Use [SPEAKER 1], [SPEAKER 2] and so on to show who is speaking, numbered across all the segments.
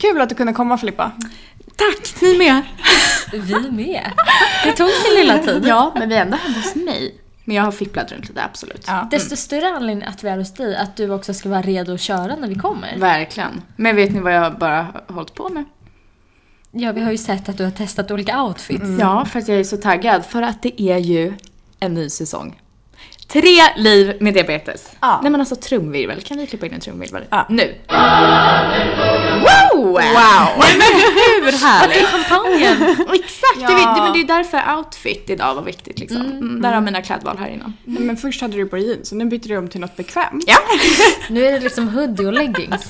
[SPEAKER 1] Kul att du kunde komma Filippa.
[SPEAKER 2] Tack, ni med.
[SPEAKER 3] Vi med. Det tog sin lilla tid.
[SPEAKER 2] Ja, men vi är ändå hemma hos mig. Men jag har fipplat runt lite, absolut.
[SPEAKER 1] Ja.
[SPEAKER 3] Desto större anledning att vi är hos dig, att du också ska vara redo att köra när vi kommer.
[SPEAKER 2] Verkligen. Men vet ni vad jag bara har hållit på med?
[SPEAKER 3] Ja, vi har ju sett att du har testat olika outfits.
[SPEAKER 2] Ja, för att jag är så taggad. För att det är ju en ny säsong. Tre liv med diabetes.
[SPEAKER 1] Ja.
[SPEAKER 2] Nej men alltså trumvirvel. Kan vi klippa in en trumvirvel?
[SPEAKER 1] Ja.
[SPEAKER 2] Nu. Wow! Wow! Nej, men hur härligt?
[SPEAKER 3] Kampanjen!
[SPEAKER 2] Exakt!
[SPEAKER 1] Ja.
[SPEAKER 2] Det, är- det, men det är därför outfit idag var viktigt liksom. Mm, där har mina klädval här innan.
[SPEAKER 1] Nej, Men först hade du bara jeans och nu byter du om till något bekvämt.
[SPEAKER 2] Ja.
[SPEAKER 3] Nu är det liksom hoodie och leggings.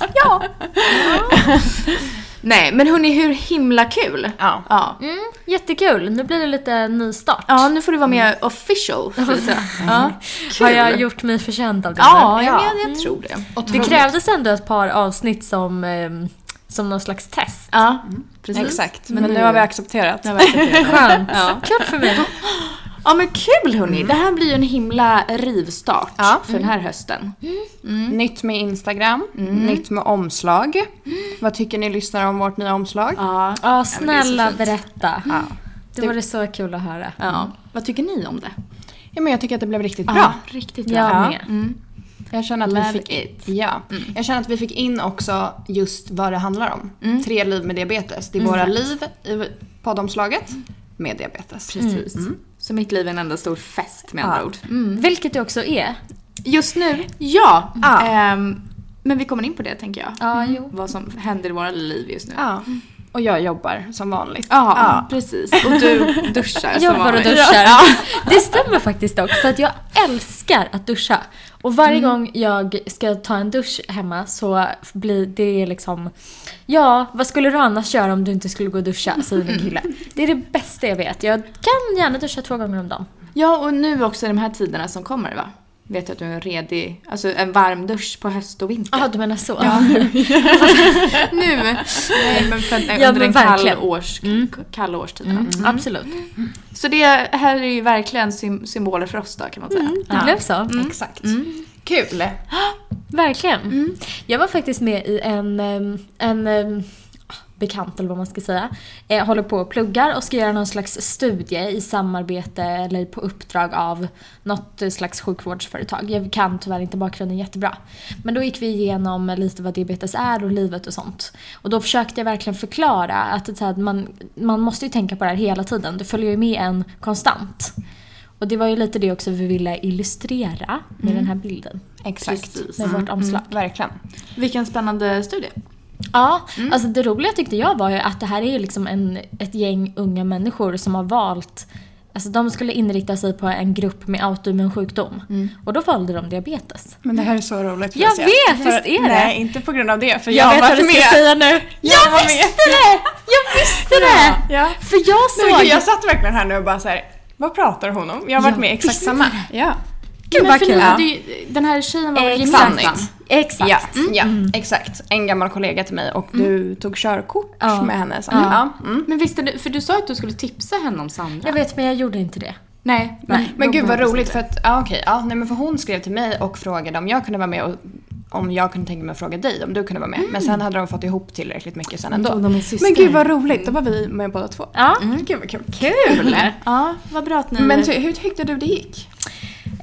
[SPEAKER 2] Nej men hörni, hur himla kul!
[SPEAKER 1] Ja.
[SPEAKER 2] Ja.
[SPEAKER 3] Mm, jättekul, nu blir det lite nystart.
[SPEAKER 2] Ja, nu får du vara mer official. skulle jag säga. Ja.
[SPEAKER 3] Har jag gjort mig förtjänt av det?
[SPEAKER 2] Ja, Mm.
[SPEAKER 3] nu?
[SPEAKER 2] jag, men jag, jag tror det.
[SPEAKER 3] Det krävdes ändå ett par avsnitt som, ehm, som någon slags test.
[SPEAKER 2] Ja, precis.
[SPEAKER 1] Exakt, men, nu har vi accepterat.
[SPEAKER 3] Skönt. Klart för mig.
[SPEAKER 2] Ja men kul hörni! Det här blir ju en himla rivstart
[SPEAKER 1] Ja.
[SPEAKER 2] för den här hösten.
[SPEAKER 1] Nytt med Instagram, nytt med omslag. Vad tycker ni lyssnare om vårt nya omslag?
[SPEAKER 2] Ja.
[SPEAKER 3] Ja,
[SPEAKER 2] men det är så
[SPEAKER 3] snälla
[SPEAKER 2] fint.
[SPEAKER 3] berätta.
[SPEAKER 1] Ja.
[SPEAKER 3] Det vore så kul att höra.
[SPEAKER 2] ja. Vad tycker ni om det?
[SPEAKER 1] Ja, men jag tycker att det blev riktigt
[SPEAKER 2] Ja,
[SPEAKER 1] bra.
[SPEAKER 2] riktigt bra.
[SPEAKER 3] Jag
[SPEAKER 1] Ja.
[SPEAKER 3] med.
[SPEAKER 2] Mm.
[SPEAKER 1] Jag känner att
[SPEAKER 2] Love
[SPEAKER 1] vi fick
[SPEAKER 2] it.
[SPEAKER 1] Ja. Jag känner att vi fick in också just vad det handlar om. Tre liv med diabetes. Det är våra liv i poddomslaget med diabetes.
[SPEAKER 2] Precis. Mm. Så mitt liv är en enda stor fest med andra
[SPEAKER 1] Ja.
[SPEAKER 2] ord.
[SPEAKER 3] Vilket det också är.
[SPEAKER 2] Just nu, ja.
[SPEAKER 1] Ja.
[SPEAKER 2] Ehm, men vi kommer in på det tänker jag.
[SPEAKER 3] Ja, jo.
[SPEAKER 2] Vad som händer i våra liv just nu.
[SPEAKER 1] Ja. Och jag jobbar som vanligt.
[SPEAKER 2] Ja, precis. Och du duschar som
[SPEAKER 3] jobbar och
[SPEAKER 2] vanligt.
[SPEAKER 3] duschar. Det stämmer faktiskt dock, för att jag älskar att duscha. Och varje gång jag ska ta en dusch hemma så blir det liksom... Ja, vad skulle du annars göra om du inte skulle gå och duscha, säger min kille. Det är det bästa jag vet. Jag kan gärna duscha två gånger om dagen.
[SPEAKER 2] Ja, och nu också de här tiderna som kommer va? Vet jag att du är en redig, alltså en varm dusch på höst och vinter.
[SPEAKER 3] Jaha, du menar så?
[SPEAKER 2] nu. Nej, men Mm. för, nej,
[SPEAKER 3] Ja,
[SPEAKER 2] under
[SPEAKER 3] men
[SPEAKER 2] den kall
[SPEAKER 3] verkligen.
[SPEAKER 2] års, k- kalla årstiderna.
[SPEAKER 3] Mm. Absolut.
[SPEAKER 2] Så det här är ju verkligen sym- symboler för oss då kan man säga.
[SPEAKER 3] Det blev så.
[SPEAKER 1] Exakt. Kul!
[SPEAKER 3] Verkligen. Mm. Jag var faktiskt med i en, em, en em, bekant eller vad man ska säga, eh, håller på och pluggar och ska göra någon slags studie i samarbete eller på uppdrag av något eh, slags sjukvårdsföretag. Jag kan tyvärr inte bakgrunden jättebra. Men då gick vi igenom lite vad diabetes är och livet och sånt. Och då försökte jag verkligen förklara att det, så här, man, man måste ju tänka på det här hela tiden. Det följer ju med en konstant. Och det var ju lite det också vi ville illustrera med den här bilden
[SPEAKER 1] Exakt.
[SPEAKER 2] Precis.
[SPEAKER 3] med vårt omslag.
[SPEAKER 1] Mm. Verkligen.
[SPEAKER 2] Vilken spännande studie.
[SPEAKER 3] Ja, alltså det roliga tyckte jag var ju att det här är ju liksom en, ett gäng unga människor som har valt Alltså de skulle inrikta sig på en grupp med autoimmun sjukdom. Och då valde de diabetes.
[SPEAKER 1] Men det här är så roligt.
[SPEAKER 3] Jag
[SPEAKER 1] Lucia.
[SPEAKER 3] vet,
[SPEAKER 1] För-
[SPEAKER 3] visst är det?
[SPEAKER 1] Nej, inte på grund av det. För jag,
[SPEAKER 3] vet
[SPEAKER 1] var
[SPEAKER 3] vad du ska
[SPEAKER 1] med.
[SPEAKER 3] säga nu. Jag,
[SPEAKER 1] var med.
[SPEAKER 3] visste det! Jag visste det!
[SPEAKER 1] Ja.
[SPEAKER 3] För jag såg...
[SPEAKER 1] Nej, men jag satt verkligen här nu och bara så här. vad pratar hon om? Jag har varit
[SPEAKER 3] Ja,
[SPEAKER 1] med exakt
[SPEAKER 3] visst.
[SPEAKER 1] samma. Ja.
[SPEAKER 3] Gud vad
[SPEAKER 2] för ni
[SPEAKER 3] kul.
[SPEAKER 2] hade ju, den här tjejen var väl
[SPEAKER 3] Exakt.
[SPEAKER 2] gemensam?
[SPEAKER 3] Exakt.
[SPEAKER 1] Ja, ja
[SPEAKER 3] Mm.
[SPEAKER 1] exakt. En gammal kollega till mig och du tog körkort
[SPEAKER 3] Ja.
[SPEAKER 1] med henne. Som,
[SPEAKER 3] Ja.
[SPEAKER 1] ja, mm.
[SPEAKER 2] Men visste du, för du sa att du skulle tipsa henne om Sandra.
[SPEAKER 3] Jag vet men jag gjorde inte det.
[SPEAKER 2] Nej.
[SPEAKER 3] Nej.
[SPEAKER 1] Men gud vad
[SPEAKER 2] Robert
[SPEAKER 1] roligt för att, ja okej, ja, nej men för hon skrev till mig och frågade om jag kunde vara med och om jag kunde tänka mig att fråga dig om du kunde vara med.
[SPEAKER 3] Mm.
[SPEAKER 1] Men sen hade de fått ihop tillräckligt mycket sen ändå.
[SPEAKER 2] Tog de en syster?
[SPEAKER 1] Men gud vad roligt, då var vi med båda två. Mm.
[SPEAKER 3] Ja.
[SPEAKER 1] Gud vad kul. Kul!
[SPEAKER 2] Ja, vad bra att ni...
[SPEAKER 1] Men ty, hur tyckte du det gick?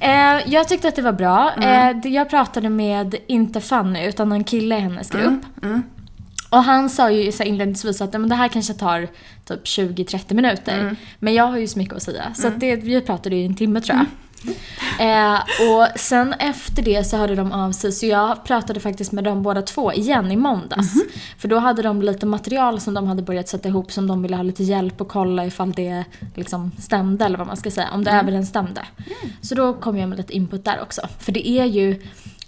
[SPEAKER 3] Eh, jag tyckte att det var bra. Eh, det- jag pratade med, inte Fanny, utan en kille i hennes grupp. Och han sa ju så här inledningsvis att "Nej, men det här kanske tar typ 20-30 minuter. Men jag har ju så mycket att säga. Så att det, vi pratade ju i en timme tror jag. Eh, och sen efter det så hörde de av sig, så jag pratade faktiskt med dem båda två igen i måndags. För då hade de lite material som de hade börjat sätta ihop som de ville ha lite hjälp och kolla ifall det liksom stämde eller vad man ska säga, om det överensstämde. Så då kom jag med lite input där också. För det är ju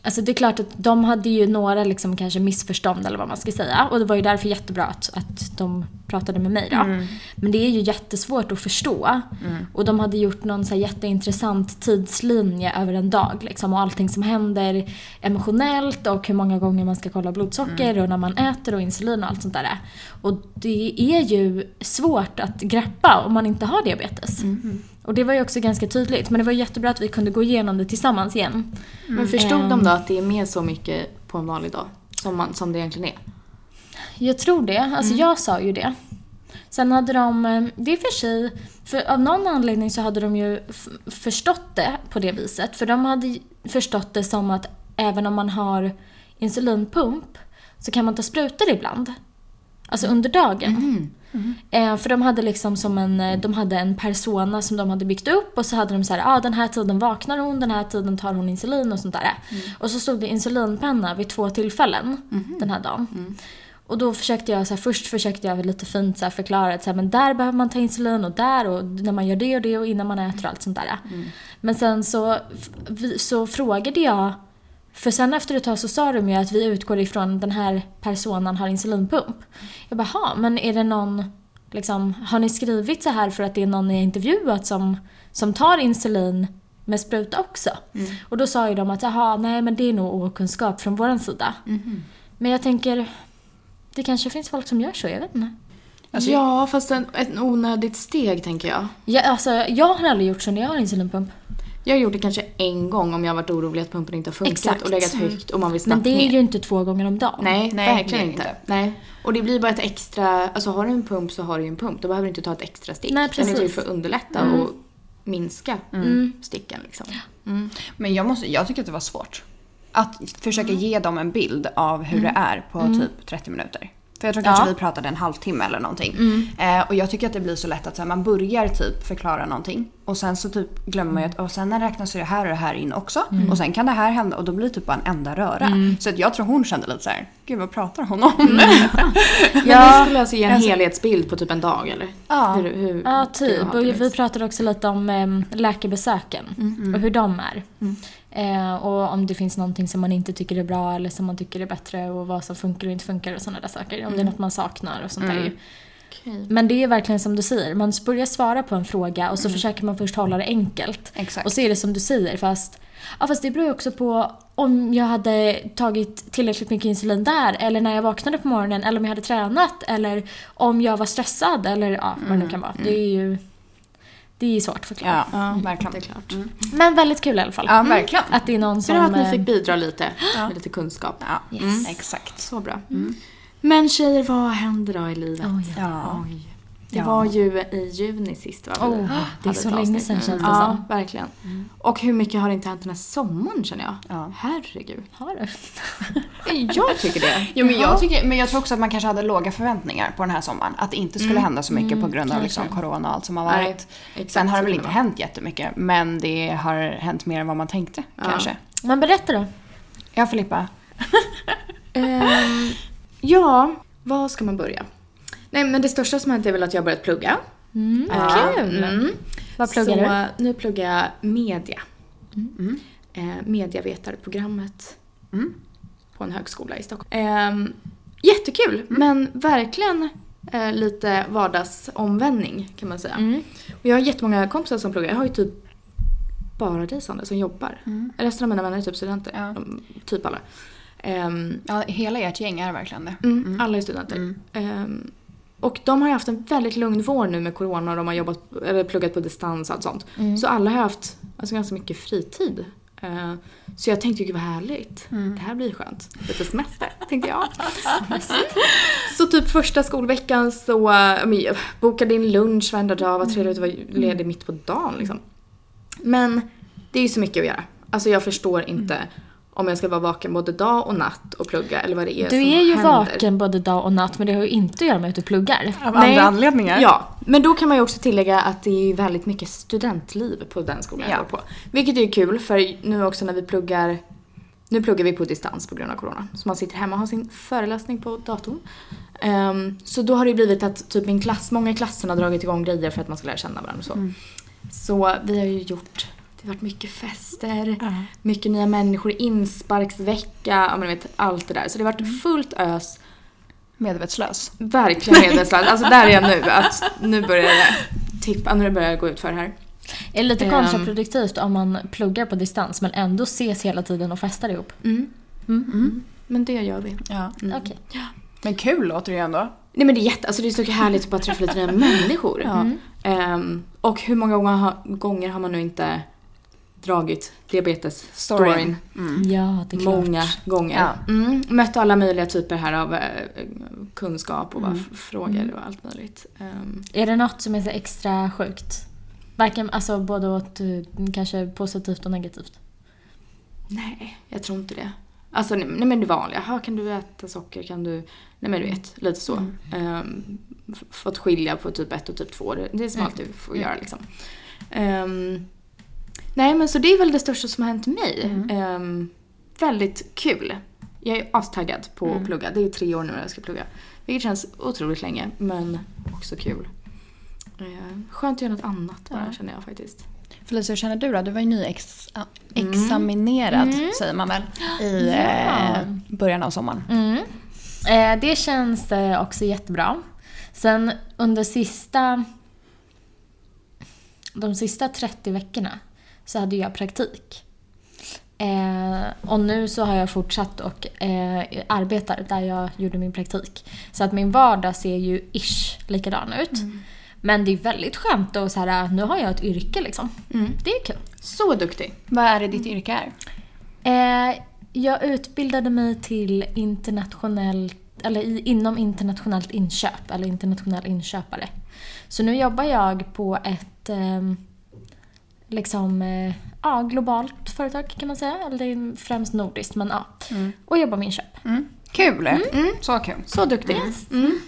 [SPEAKER 3] Alltså det är klart att de hade ju några liksom kanske missförstånd eller vad man ska säga. Och det var ju därför jättebra att, att de pratade med mig då. Men det är ju jättesvårt att förstå. Och de hade gjort någon så här jätteintressant tidslinje över en dag. Liksom, och allting som händer emotionellt och hur många gånger man ska kolla blodsocker och när man äter och insulin och allt sånt där. Och det är ju svårt att greppa om man inte har diabetes. Och det var ju också ganska tydligt. Men det var jättebra att vi kunde gå igenom det tillsammans igen.
[SPEAKER 2] Mm. Men förstod de då att det är med så mycket på en vanlig dag? Som, man, som det egentligen är?
[SPEAKER 3] jag tror det. Alltså jag sa ju det. Sen hade de, eh, det är för sig, för av någon anledning så hade de ju f- förstått det på det viset. För de hade ju förstått det som att även om man har insulinpump så kan man ta sprutor ibland. Alltså under dagen. Eh, för de hade liksom som en, eh, de hade en persona som de hade byggt upp och så hade de så här, ah, den här tiden vaknar hon, den här tiden tar hon insulin och sånt där. Och så stod det insulinpenna vid två tillfällen den här dagen. Och då försökte jag, så här, först försökte jag lite fint så här, förklara att så här, men där behöver man ta insulin och där och när man gör det och det och innan man äter och allt sånt där. Men sen så, f- vi- så frågade jag, för sen efter ett tag så sa de ju att vi utgår ifrån den här personen har insulinpump. Jag bara, "Ha, men är det någon, liksom, har ni skrivit så här för att det är någon ni har intervjuat som, som tar insulin med spruta också? Och då sa ju de att, jaha, nej men det är nog okunskap från vår sida. Men jag tänker, det kanske finns folk som gör så, jag vet inte.
[SPEAKER 2] ja, fast en, ett onödigt steg tänker jag.
[SPEAKER 3] Jag, alltså, jag har aldrig gjort så när jag har insulinpump.
[SPEAKER 2] Jag har gjort det kanske en gång om jag har varit orolig att pumpen inte har funkat
[SPEAKER 3] Exakt.
[SPEAKER 2] och legat högt och man vill snabbt
[SPEAKER 3] Men det är
[SPEAKER 2] ner.
[SPEAKER 3] ju inte två gånger om dagen.
[SPEAKER 2] Nej,
[SPEAKER 1] Nej,
[SPEAKER 2] verkligen
[SPEAKER 1] det är
[SPEAKER 2] inte.
[SPEAKER 1] inte.
[SPEAKER 2] Nej. Och det blir bara ett extra, alltså har du en pump så har du ju en pump. Då behöver du inte ta ett extra stick.
[SPEAKER 3] Nej,
[SPEAKER 2] Den är till
[SPEAKER 3] precis. Mm.
[SPEAKER 2] för att underlätta och minska sticken liksom.
[SPEAKER 1] Men jag, måste, jag tycker att det var svårt. Att försöka ge dem en bild av hur det är på typ 30 minuter. För jag tror kanske
[SPEAKER 2] Ja.
[SPEAKER 1] vi pratade en halvtimme eller någonting. Eh, och jag tycker att det blir så lätt att så här, man börjar typ förklara någonting och sen så typ glömmer man ju att och sen när det räknas så är det här och det här in också. Och sen kan det här hända och då blir det typ bara en enda röra. Så att jag tror hon kände lite så här: gud vad pratar hon om?
[SPEAKER 2] Men vi skulle alltså ge en
[SPEAKER 1] Alltså-
[SPEAKER 2] helhetsbild på typ en dag eller?
[SPEAKER 1] Ja.
[SPEAKER 2] Hur, hur,
[SPEAKER 3] Ja,
[SPEAKER 2] hur du
[SPEAKER 3] typ.
[SPEAKER 2] har
[SPEAKER 3] Och
[SPEAKER 2] det,
[SPEAKER 3] vi
[SPEAKER 2] liksom.
[SPEAKER 3] pratade också lite om em, läkarbesöken och hur de är. Eh, och om det finns någonting som man inte tycker är bra eller som man tycker är bättre och vad som funkar och inte funkar och sådana där saker. Om det är något man saknar och sånt där ju.
[SPEAKER 2] Okej.
[SPEAKER 3] Men det är verkligen som du säger, man börjar svara på en fråga och så försöker man först hålla det enkelt.
[SPEAKER 1] Exakt.
[SPEAKER 3] Och så är det som du säger fast, ja, fast det beror ju också på om jag hade tagit tillräckligt mycket insulin där eller när jag vaknade på morgonen eller om jag hade tränat eller om jag var stressad eller ja, vad det nu kan vara. Det är ju det är ju svårt att förklara.
[SPEAKER 1] ja,
[SPEAKER 2] Mm, Ja,
[SPEAKER 1] verkligen.
[SPEAKER 2] Det är klart.
[SPEAKER 3] Men väldigt kul i alla fall.
[SPEAKER 1] Ja, verkligen.
[SPEAKER 3] Att det är någon som...
[SPEAKER 2] Bra att ni
[SPEAKER 3] eh,
[SPEAKER 2] fick bidra lite med lite kunskap.
[SPEAKER 1] Ja,
[SPEAKER 3] Yes.
[SPEAKER 1] mm. exakt.
[SPEAKER 2] Så bra.
[SPEAKER 3] Mm.
[SPEAKER 2] Men tjejer, vad händer då i livet?
[SPEAKER 3] Oj, eh, Oh, ja.
[SPEAKER 1] Ja.
[SPEAKER 2] Oj. Det
[SPEAKER 1] Ja.
[SPEAKER 2] var ju i juni sist va? vi
[SPEAKER 3] Oh,
[SPEAKER 2] hade
[SPEAKER 3] det är
[SPEAKER 2] ett
[SPEAKER 3] så länge
[SPEAKER 2] avsnitt.
[SPEAKER 3] sedan känns det
[SPEAKER 2] Ja,
[SPEAKER 3] som.
[SPEAKER 2] verkligen. Och hur mycket har inte hänt den här sommaren känner jag.
[SPEAKER 1] Ja.
[SPEAKER 2] Herregud.
[SPEAKER 3] Har du?
[SPEAKER 2] Jag tycker det.
[SPEAKER 1] Jo, men, jag tycker, men jag tror också att man kanske hade låga förväntningar på den här sommaren. Att det inte skulle hända så mycket på grund av liksom, corona och allt som har
[SPEAKER 2] Nej,
[SPEAKER 1] varit.
[SPEAKER 2] exakt
[SPEAKER 1] Sen har det
[SPEAKER 2] så
[SPEAKER 1] väl
[SPEAKER 2] kan
[SPEAKER 1] inte
[SPEAKER 2] det
[SPEAKER 1] hänt jättemycket, men det har hänt mer än vad man tänkte kanske.
[SPEAKER 3] Men berätta då.
[SPEAKER 1] Ja, Filippa.
[SPEAKER 2] Ehm, ja, var ska man börja? Nej men det största som hänt är väl att jag har börjat plugga.
[SPEAKER 3] Mm,
[SPEAKER 2] Ja,
[SPEAKER 3] kul!
[SPEAKER 2] mm.
[SPEAKER 3] Vad pluggar Mm.
[SPEAKER 2] så, du? Nu pluggar jag media. Eh, medievetarprogrammet på en högskola i Stockholm. Ehm, jättekul,
[SPEAKER 3] Mm.
[SPEAKER 2] men verkligen eh, lite vardagsomvändning kan man säga.
[SPEAKER 3] Mm.
[SPEAKER 2] Och jag har jättemånga kompisar som pluggar. Jag har ju typ bara dig Sandra som jobbar. Resten av mina vänner är typ studenter.
[SPEAKER 1] Ja.
[SPEAKER 2] De, typ alla. Ehm,
[SPEAKER 1] Ja, hela ert gäng är verkligen det.
[SPEAKER 2] Mm, Alla är studenter. Ehm, och de har ju haft en väldigt lugn vår nu med corona och de har jobbat, eller pluggat på distans och allt sånt.
[SPEAKER 3] Mm.
[SPEAKER 2] Så alla har haft alltså, ganska mycket fritid. Eh, så jag tänkte, gud vad härligt.
[SPEAKER 3] Mm.
[SPEAKER 2] Det här blir skönt. Lite semester, tänkte jag. så typ första skolveckan så eh, men jag bokade in lunch varenda dag, var trevligt att vara
[SPEAKER 3] Mm.
[SPEAKER 2] ledig mitt på dagen liksom. Men det är ju så mycket att göra. Alltså jag förstår inte
[SPEAKER 3] Mm.
[SPEAKER 2] om jag ska vara vaken både dag och natt och plugga eller vad det är
[SPEAKER 3] Du
[SPEAKER 2] som
[SPEAKER 3] är ju
[SPEAKER 2] händer.
[SPEAKER 3] vaken både dag och natt men det har ju inte att göra med att du pluggar.
[SPEAKER 1] Av
[SPEAKER 2] Nej.
[SPEAKER 1] andra anledningar.
[SPEAKER 2] Ja, men då kan man ju också tillägga att det är ju väldigt mycket studentliv på den skolan jag
[SPEAKER 1] Ja.
[SPEAKER 2] går på. Vilket är ju kul för nu också när vi pluggar, nu pluggar vi på distans på grund av corona. Så man sitter hemma och har sin föreläsning på datorn. Ehm, så då har det ju blivit att typ min klass, många i klassen har dragit igång grejer för att man ska lära känna varandra och så. Så vi har ju gjort, det har varit mycket fester, mycket nya människor, insparksvecka, ja men du vet allt det där. Så det har varit fullt ös
[SPEAKER 1] Medvetslös.
[SPEAKER 2] Verkligen medvetslös. Alltså där är jag nu. Att nu börjar det tippa, nu börjar det gå ut för här.
[SPEAKER 3] Är det lite
[SPEAKER 2] Ehm.
[SPEAKER 3] kontraproduktivt om man pluggar på distans men ändå ses hela tiden och festar ihop?
[SPEAKER 2] Men det gör vi.
[SPEAKER 1] Ja.
[SPEAKER 2] Mm.
[SPEAKER 3] Okej.
[SPEAKER 1] Men kul låter det ju ändå.
[SPEAKER 2] Nej men det är jätte, alltså det är så härligt att bara träffa lite
[SPEAKER 3] Mm.
[SPEAKER 2] nya människor. Ehm, och hur många gånger har, gånger har man nu inte dragit diabetes-storyn
[SPEAKER 1] Storyn. Mm.
[SPEAKER 3] Ja, det är klart.
[SPEAKER 2] många gånger.
[SPEAKER 1] Ja.
[SPEAKER 2] Mm. Mött alla möjliga typer här av eh, kunskap och bara f- frågor och allt möjligt. Ehm,
[SPEAKER 3] Är det något som är så extra sjukt? Varken, alltså både åt eh, kanske positivt och negativt.
[SPEAKER 2] nej, jag tror inte det. Alltså nej, nej men det vanliga, Aha, kan du äta socker, kan du... Nej men du vet, lite så. Ehm, f- fått skilja på typ 1 och typ 2, det, det är som allt du får göra liksom. Ehm, nej men så det är väl det största som har hänt mig. Ehm, väldigt kul. Jag är astaggad på att plugga, det är tre år nu jag ska plugga. Vilket känns otroligt länge, men också kul. Ehm, skönt att göra något annat bara
[SPEAKER 1] Ja.
[SPEAKER 2] känner jag faktiskt.
[SPEAKER 1] Felicia, hur känner du då? Du var ju nyexaminerad, säger man väl, i eh, början av sommaren.
[SPEAKER 3] Mm. Eh, det känns eh, också jättebra. Sen under sista... De sista 30 veckorna så hade jag praktik. Eh, och nu så har jag fortsatt och eh, arbetar där jag gjorde min praktik. Så att min vardag ser ju ish likadan ut. Men det är väldigt skönt och så här, nu har jag ett yrke liksom. Det är kul.
[SPEAKER 2] Så duktig!
[SPEAKER 1] Vad är det ditt yrke är?
[SPEAKER 3] Eh, jag utbildade mig till internationellt eller i- inom internationellt inköp, eller internationell inköpare. Så nu jobbar jag på ett ehm, liksom, eh, ja, globalt företag kan man säga. Eller det är främst nordiskt, men ja. Och jobbar med inköp.
[SPEAKER 1] Mm. Kul! Så kul.
[SPEAKER 2] Mm. Så duktig. Mm.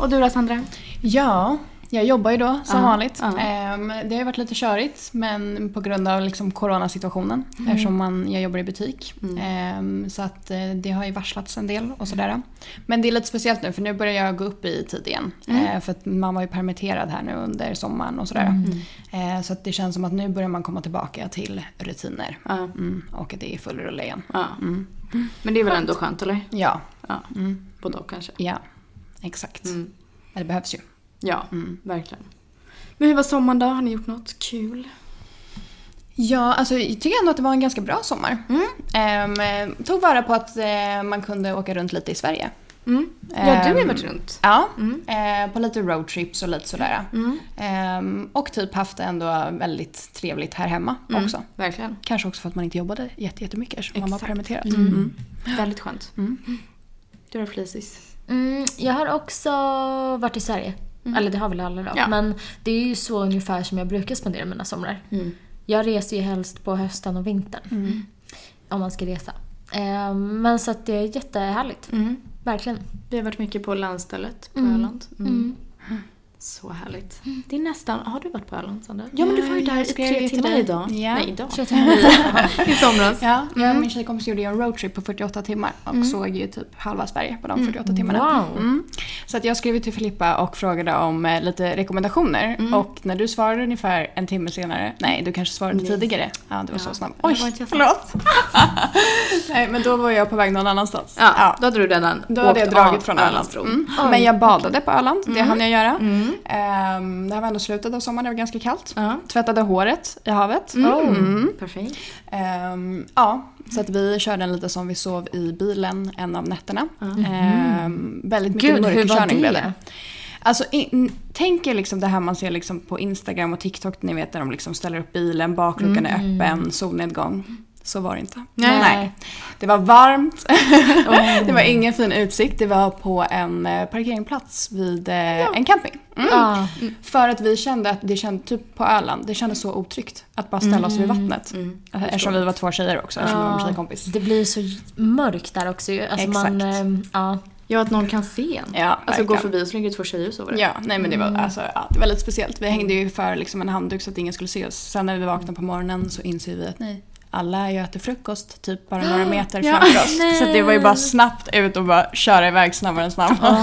[SPEAKER 2] Och du då Sandra?
[SPEAKER 1] Ja, jag jobbar ju då som
[SPEAKER 2] Ja,
[SPEAKER 1] vanligt.
[SPEAKER 2] ja.
[SPEAKER 1] Ehm, Det har ju varit lite körigt men på grund av liksom coronasituationen
[SPEAKER 2] Mm.
[SPEAKER 1] eftersom man, jag jobbar i butik. Ehm, Så att eh, det har ju varslats en del och sådär. Men det är lite speciellt nu för nu börjar jag gå upp i tid igen.
[SPEAKER 2] Mm.
[SPEAKER 1] Eh, För att man var ju permitterad här nu under sommaren och sådär.
[SPEAKER 2] Mm.
[SPEAKER 1] Eh, Så att det känns som att nu börjar man komma tillbaka till rutiner.
[SPEAKER 2] Ja.
[SPEAKER 1] Mm, och att det är full rulle igen.
[SPEAKER 2] ja. Men det är väl ändå skönt eller?
[SPEAKER 1] Ja, Mm,
[SPEAKER 2] Ja. Både och kanske.
[SPEAKER 1] ja exakt.
[SPEAKER 2] Mm.
[SPEAKER 1] Det behövs ju.
[SPEAKER 2] Ja, verkligen. Men hur var sommaren då? Har ni gjort något kul?
[SPEAKER 1] Ja, alltså jag tycker ändå att det var en ganska bra sommar. Ehm, tog vara på att eh, man kunde åka runt lite i Sverige.
[SPEAKER 2] Mm. Ja, du har
[SPEAKER 1] Ehm,
[SPEAKER 2] varit runt.
[SPEAKER 1] Ja, eh, på lite roadtrips och lite sådär.
[SPEAKER 2] mm,
[SPEAKER 1] Ehm, och typ haft det ändå väldigt trevligt här hemma
[SPEAKER 2] Mm.
[SPEAKER 1] också.
[SPEAKER 2] Verkligen.
[SPEAKER 1] Kanske också för att man inte jobbade jätte- jättemycket eftersom man var
[SPEAKER 2] Exakt.
[SPEAKER 1] permitterad. Mm.
[SPEAKER 2] Väldigt skönt. Du då Felicis?
[SPEAKER 3] Mm, jag har också varit i Sverige. Eller det har väl alla då.
[SPEAKER 2] Ja.
[SPEAKER 3] Men det är ju så ungefär som jag brukar spendera mina somrar.
[SPEAKER 2] Mm.
[SPEAKER 3] Jag reser ju helst på hösten och vintern. Om man ska resa. Eh, men så att det är jättehärligt. Verkligen.
[SPEAKER 2] Mm. Vi har varit mycket på landstället på Öland. Mm. Så härligt. Det är nästan... Har du varit på Öland Sandra? Ja men du var ju där i
[SPEAKER 1] skrev ju
[SPEAKER 2] tre
[SPEAKER 1] till
[SPEAKER 2] timmar
[SPEAKER 1] dig.
[SPEAKER 2] idag.
[SPEAKER 1] Ja.
[SPEAKER 2] Nej, idag.
[SPEAKER 3] Tre timmar.
[SPEAKER 2] I somras.
[SPEAKER 1] Ja, jag och min tjejkompis gjorde ju en roadtrip på 48 timmar och såg ju typ halva Sverige på de 48 timmarna.
[SPEAKER 3] Wow.
[SPEAKER 1] Mm. Så att jag skrev till Filippa och frågade om eh, lite rekommendationer
[SPEAKER 2] Mm.
[SPEAKER 1] och när du svarade ungefär en timme senare, nej du kanske svarade tidigare. Ja, det var så snabbt.
[SPEAKER 2] det var
[SPEAKER 1] Oj,
[SPEAKER 2] inte jag
[SPEAKER 1] förlåt. nej, men då var jag på väg någon annanstans.
[SPEAKER 2] Ja, då hade du redan
[SPEAKER 1] Då hade jag
[SPEAKER 2] åkt av
[SPEAKER 1] dragit från Öland.
[SPEAKER 2] Ölandsbron. Mm.
[SPEAKER 1] Mm. Men jag badade på Öland, det hann jag göra. Ehm, det här var ändå slutet av sommaren, det var ganska kallt.
[SPEAKER 2] Ja.
[SPEAKER 1] Tvättade håret i havet. Mm.
[SPEAKER 2] Perfekt.
[SPEAKER 1] Ehm, ja, så att vi körde en lite som vi sov i bilen en av nätterna. Ehm, väldigt mycket
[SPEAKER 3] Mhm. Gud, hur var
[SPEAKER 1] mörkerkörning blev
[SPEAKER 3] det?
[SPEAKER 1] det. Alltså, in, tänk er liksom det här man ser liksom på Instagram och TikTok, ni vet när de liksom ställer upp bilen, bakluckan är öppen, solnedgång. Så var det inte.
[SPEAKER 3] Mm. Nej. Mm.
[SPEAKER 1] Det var varmt, det var ingen fin utsikt, det var på en eh, parkeringsplats vid eh, en camping. Mm.
[SPEAKER 3] Ja.
[SPEAKER 1] För att vi kände att det kändes, typ på Öland, det kändes så otryggt att bara ställa oss vid
[SPEAKER 3] Mm.
[SPEAKER 1] vattnet.
[SPEAKER 2] Mm.
[SPEAKER 1] eftersom vi var två tjejer också, eftersom jag var en tjejkompis.
[SPEAKER 3] Det blir så mörkt där också ju. Alltså man,
[SPEAKER 1] Exakt.
[SPEAKER 3] eh, ja.
[SPEAKER 2] Ja, att någon kan se en.
[SPEAKER 1] Ja,
[SPEAKER 2] alltså gå
[SPEAKER 1] verkligen.
[SPEAKER 2] förbi och så ligger det två tjejer och sover.
[SPEAKER 1] Ja, nej men det var, alltså, ja, det var lite speciellt. Vi hängde ju för liksom, en handduk så att ingen skulle se oss. Sen när vi vaknade på morgonen så inser vi att nej, alla är ju och äter frukost typ bara några meter
[SPEAKER 2] Ja.
[SPEAKER 1] framför oss. Så att det var ju bara snabbt ut och bara köra iväg snabbare än snabbare.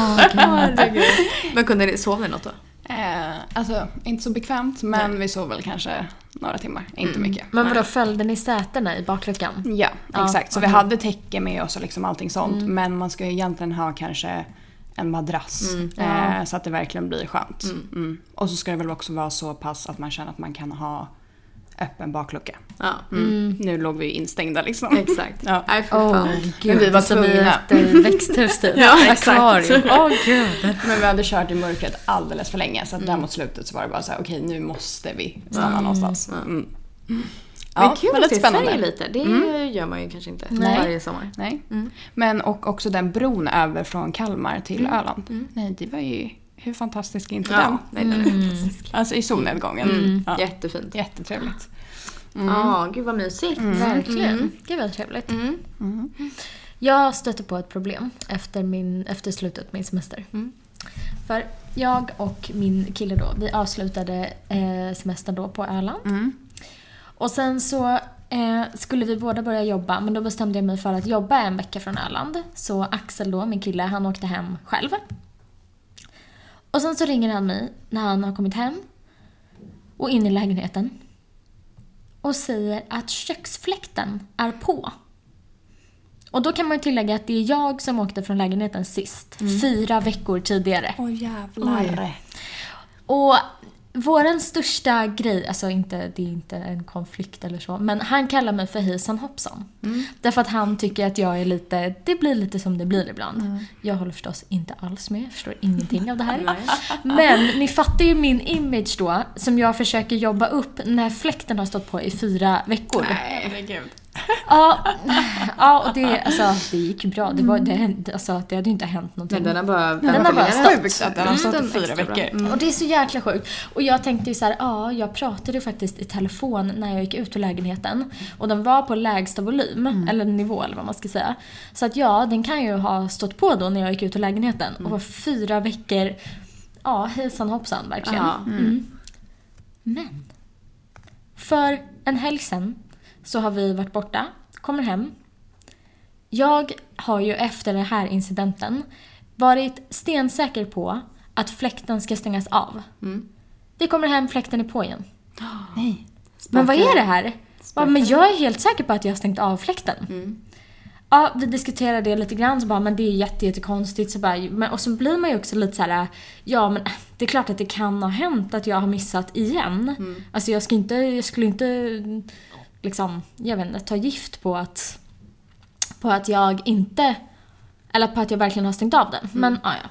[SPEAKER 2] Men kunde ni sova något då?
[SPEAKER 1] Eh, alltså inte så bekvämt men vi sov väl kanske några timmar, inte mycket.
[SPEAKER 3] Men vadå, följde ni sätena i bakluckan?
[SPEAKER 1] Ja,
[SPEAKER 3] Ja,
[SPEAKER 1] exakt. Så vi hade täcke med oss och liksom allting sånt. Men man ska ju egentligen ha kanske en madrass eh, så att det verkligen blir skönt. Mm. Och så ska det väl också vara så pass att man känner att man kan ha öppen baklucka.
[SPEAKER 2] Ja,
[SPEAKER 1] Mm. Nu låg vi ju instängda liksom.
[SPEAKER 2] exakt.
[SPEAKER 1] Ja.
[SPEAKER 2] Nej, för
[SPEAKER 3] Åh
[SPEAKER 2] fan.
[SPEAKER 3] gud,
[SPEAKER 1] vi var
[SPEAKER 3] som i
[SPEAKER 1] tvungna.
[SPEAKER 3] ett eh, växthus typ.
[SPEAKER 2] Ja, exakt.
[SPEAKER 3] Akvarium. Åh gud.
[SPEAKER 1] Men vi hade kört i mörkret alldeles för Mm. länge så Mm. att där mot slutet så var det bara så här: okej nu måste vi stanna någonstans. Mm. Ja,
[SPEAKER 2] Mm. Men kul
[SPEAKER 1] väldigt
[SPEAKER 2] att se
[SPEAKER 1] spännande.
[SPEAKER 2] Sverige lite. Mm. Det gör man ju kanske inte
[SPEAKER 3] Nej.
[SPEAKER 2] varje sommar.
[SPEAKER 1] Nej. Men och också den bron över från Kalmar till Öland. Nej, det var ju... Hur fantastisk är inte den?
[SPEAKER 2] Ja, nej, den är fantastisk. Mm.
[SPEAKER 1] Alltså i solnedgången. Ja.
[SPEAKER 2] Jättefint.
[SPEAKER 1] Jättetrevligt. Mm.
[SPEAKER 2] Ja, gud vad mysigt.
[SPEAKER 3] Verkligen.
[SPEAKER 2] Mm.
[SPEAKER 3] Gud vad trevligt.
[SPEAKER 1] Mm.
[SPEAKER 3] Jag stötte på ett problem efter, min, efter slutet på min semester.
[SPEAKER 2] Mm.
[SPEAKER 3] För jag och min kille då, vi avslutade eh, semestern då på Öland.
[SPEAKER 1] Mm.
[SPEAKER 3] Och sen så eh, skulle vi båda börja jobba men då bestämde jag mig för att jobba en vecka från Öland. Så Axel då, min kille, han åkte hem själv. Och sen så ringer han mig när han har kommit hem och in i lägenheten och säger att köksfläkten är på. Och då kan man ju tillägga att det är jag som åkte från lägenheten sist, fyra veckor tidigare.
[SPEAKER 1] Åh jävlar.
[SPEAKER 3] Och våran största grej, alltså inte, det är inte en konflikt eller så, men han kallar mig för hejsan hoppsan. Därför att han tycker att jag är lite, det blir lite som det blir ibland. Jag håller förstås inte alls med, jag förstår ingenting av det här. men ni fattar ju min image då, som jag försöker jobba upp när fläkten har stått på i fyra veckor.
[SPEAKER 1] Herregud.
[SPEAKER 3] Ja, ja och det, alltså, det gick ju bra. Det, var, det, hände- alltså, det hade ju inte hänt
[SPEAKER 2] Men
[SPEAKER 3] någonting.
[SPEAKER 2] den har bara
[SPEAKER 3] Den har bara
[SPEAKER 2] ventilerat.
[SPEAKER 1] Sjukt att den har stått i fyra veckor.
[SPEAKER 3] Och det är så jäkla sjukt. Och jag tänkte ju så här, ja, jag pratade ju faktiskt i telefon när jag gick ut ur lägenheten. Och den var på lägsta volym, eller nivå eller vad man ska säga. Så att ja, den kan ju ha stått på då när jag gick ut ur lägenheten. Och var fyra veckor, ja hejsan hoppsan verkligen. Mm.
[SPEAKER 2] Ja.
[SPEAKER 3] Men. För en helg sen så har vi varit borta, kommer hem. Jag har ju efter den här incidenten varit stensäker på att fläkten ska stängas av. Det kommer hem, fläkten är på igen.
[SPEAKER 1] Nej.
[SPEAKER 3] Men vad är det här? Bara, men jag är helt säker på att jag har stängt av fläkten. Ja, vi diskuterade det lite grann så bara, men det är jätte, jättekonstigt. Så bara, men, och så blir man ju också lite så här, ja men äh, det är klart att det kan ha hänt att jag har missat igen. Alltså jag, ska inte, jag skulle inte liksom, jag vet inte, ta gift på att, på att jag inte, eller på att jag verkligen har stängt av den.
[SPEAKER 1] Mm.
[SPEAKER 3] Men ja, ja.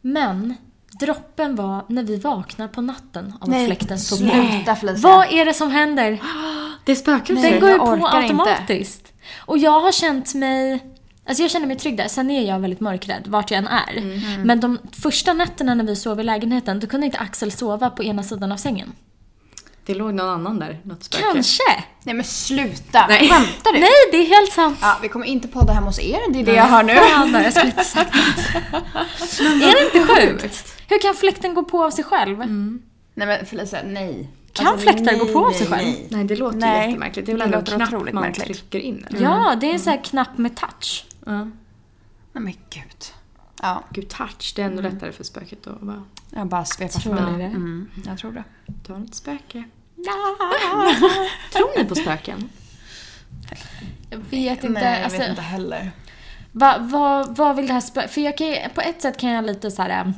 [SPEAKER 3] Men droppen var när vi vaknar på natten av att fläkten stod på.
[SPEAKER 1] Sluta Felicia.
[SPEAKER 3] Vad är det som händer?
[SPEAKER 2] Det spökar
[SPEAKER 1] Nej.
[SPEAKER 3] Den
[SPEAKER 2] sig.
[SPEAKER 3] går ju
[SPEAKER 1] jag
[SPEAKER 3] på
[SPEAKER 1] orkar inte.
[SPEAKER 3] automatiskt. Och jag har känt mig Alltså jag känner mig trygg där. Sen är jag väldigt mörkrädd vart jag än är.
[SPEAKER 1] Mm.
[SPEAKER 3] Men de första nätterna när vi sov i lägenheten då kunde inte Axel sova på ena sidan av sängen.
[SPEAKER 2] Det låg någon annan där, något spöke.
[SPEAKER 3] Kanske!
[SPEAKER 1] Nej men sluta.
[SPEAKER 2] Nej.
[SPEAKER 1] Skämtar du?
[SPEAKER 3] Nej, det är helt sant.
[SPEAKER 1] Ja, vi kommer inte podda hemma hos er, det är det jag hör nu.
[SPEAKER 3] Fan, jag skulle inte sagt det. Är det inte sjukt? Hur kan fläkten gå på av sig själv?
[SPEAKER 1] Mm. Nej men Felicia, nej. Alltså,
[SPEAKER 3] Kan fläktar gå på av sig själv?
[SPEAKER 2] Nej, det låter
[SPEAKER 1] Nej,
[SPEAKER 2] ju jättemärkligt. Det är väl
[SPEAKER 1] det
[SPEAKER 2] ändå en
[SPEAKER 1] låter
[SPEAKER 2] knapp
[SPEAKER 1] otroligt
[SPEAKER 2] man
[SPEAKER 1] märkligt.
[SPEAKER 2] trycker in. eller?
[SPEAKER 3] Ja, det är en sån här knapp med touch.
[SPEAKER 2] Ja.
[SPEAKER 1] Nej men gud. Ja,
[SPEAKER 2] Gud, touch. Det är ännu lättare för spöket att bara
[SPEAKER 1] jag bara svepar
[SPEAKER 3] Tror
[SPEAKER 1] förbi.
[SPEAKER 3] ni det?
[SPEAKER 1] Mm, jag tror det.
[SPEAKER 2] ta något spöke. Tror ni på spöken?
[SPEAKER 3] Jag vet inte.
[SPEAKER 1] nej, jag
[SPEAKER 3] alltså,
[SPEAKER 1] vet inte heller.
[SPEAKER 3] Vad va, vad vill det här spö... För jag kan, ju- på ett sätt kan jag lite så här... eh,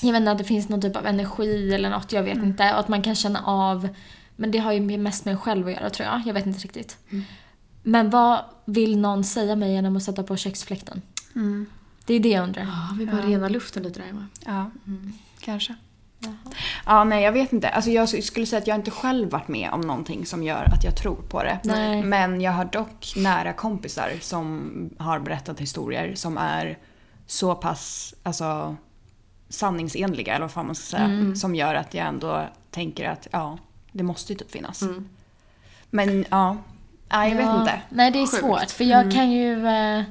[SPEAKER 3] Jag vet inte, att det finns någon typ av energi eller något, jag vet
[SPEAKER 1] Mm.
[SPEAKER 3] inte. Och att man kan känna av... Men det har ju mest med en själv att göra tror jag. Jag vet inte riktigt.
[SPEAKER 1] Mm.
[SPEAKER 3] Men vad vill någon säga mig genom att sätta på köksfläkten? Det är det jag undrar.
[SPEAKER 2] Ja, vi bara renar luften lite där hemma.
[SPEAKER 1] Ja, kanske. Ja, nej jag vet inte. Alltså jag skulle säga att jag inte själv varit med om någonting som gör att jag tror på det.
[SPEAKER 3] Nej.
[SPEAKER 1] Men jag har dock nära kompisar som har berättat historier som är så pass alltså, sanningsenliga, eller vad fan man ska säga, som gör att jag ändå tänker att ja, det måste ju typ finnas. Men ja, nej, jag
[SPEAKER 3] Ja.
[SPEAKER 1] vet inte.
[SPEAKER 3] Nej, det är
[SPEAKER 1] Sjukt.
[SPEAKER 3] svårt. För jag kan ju... eh,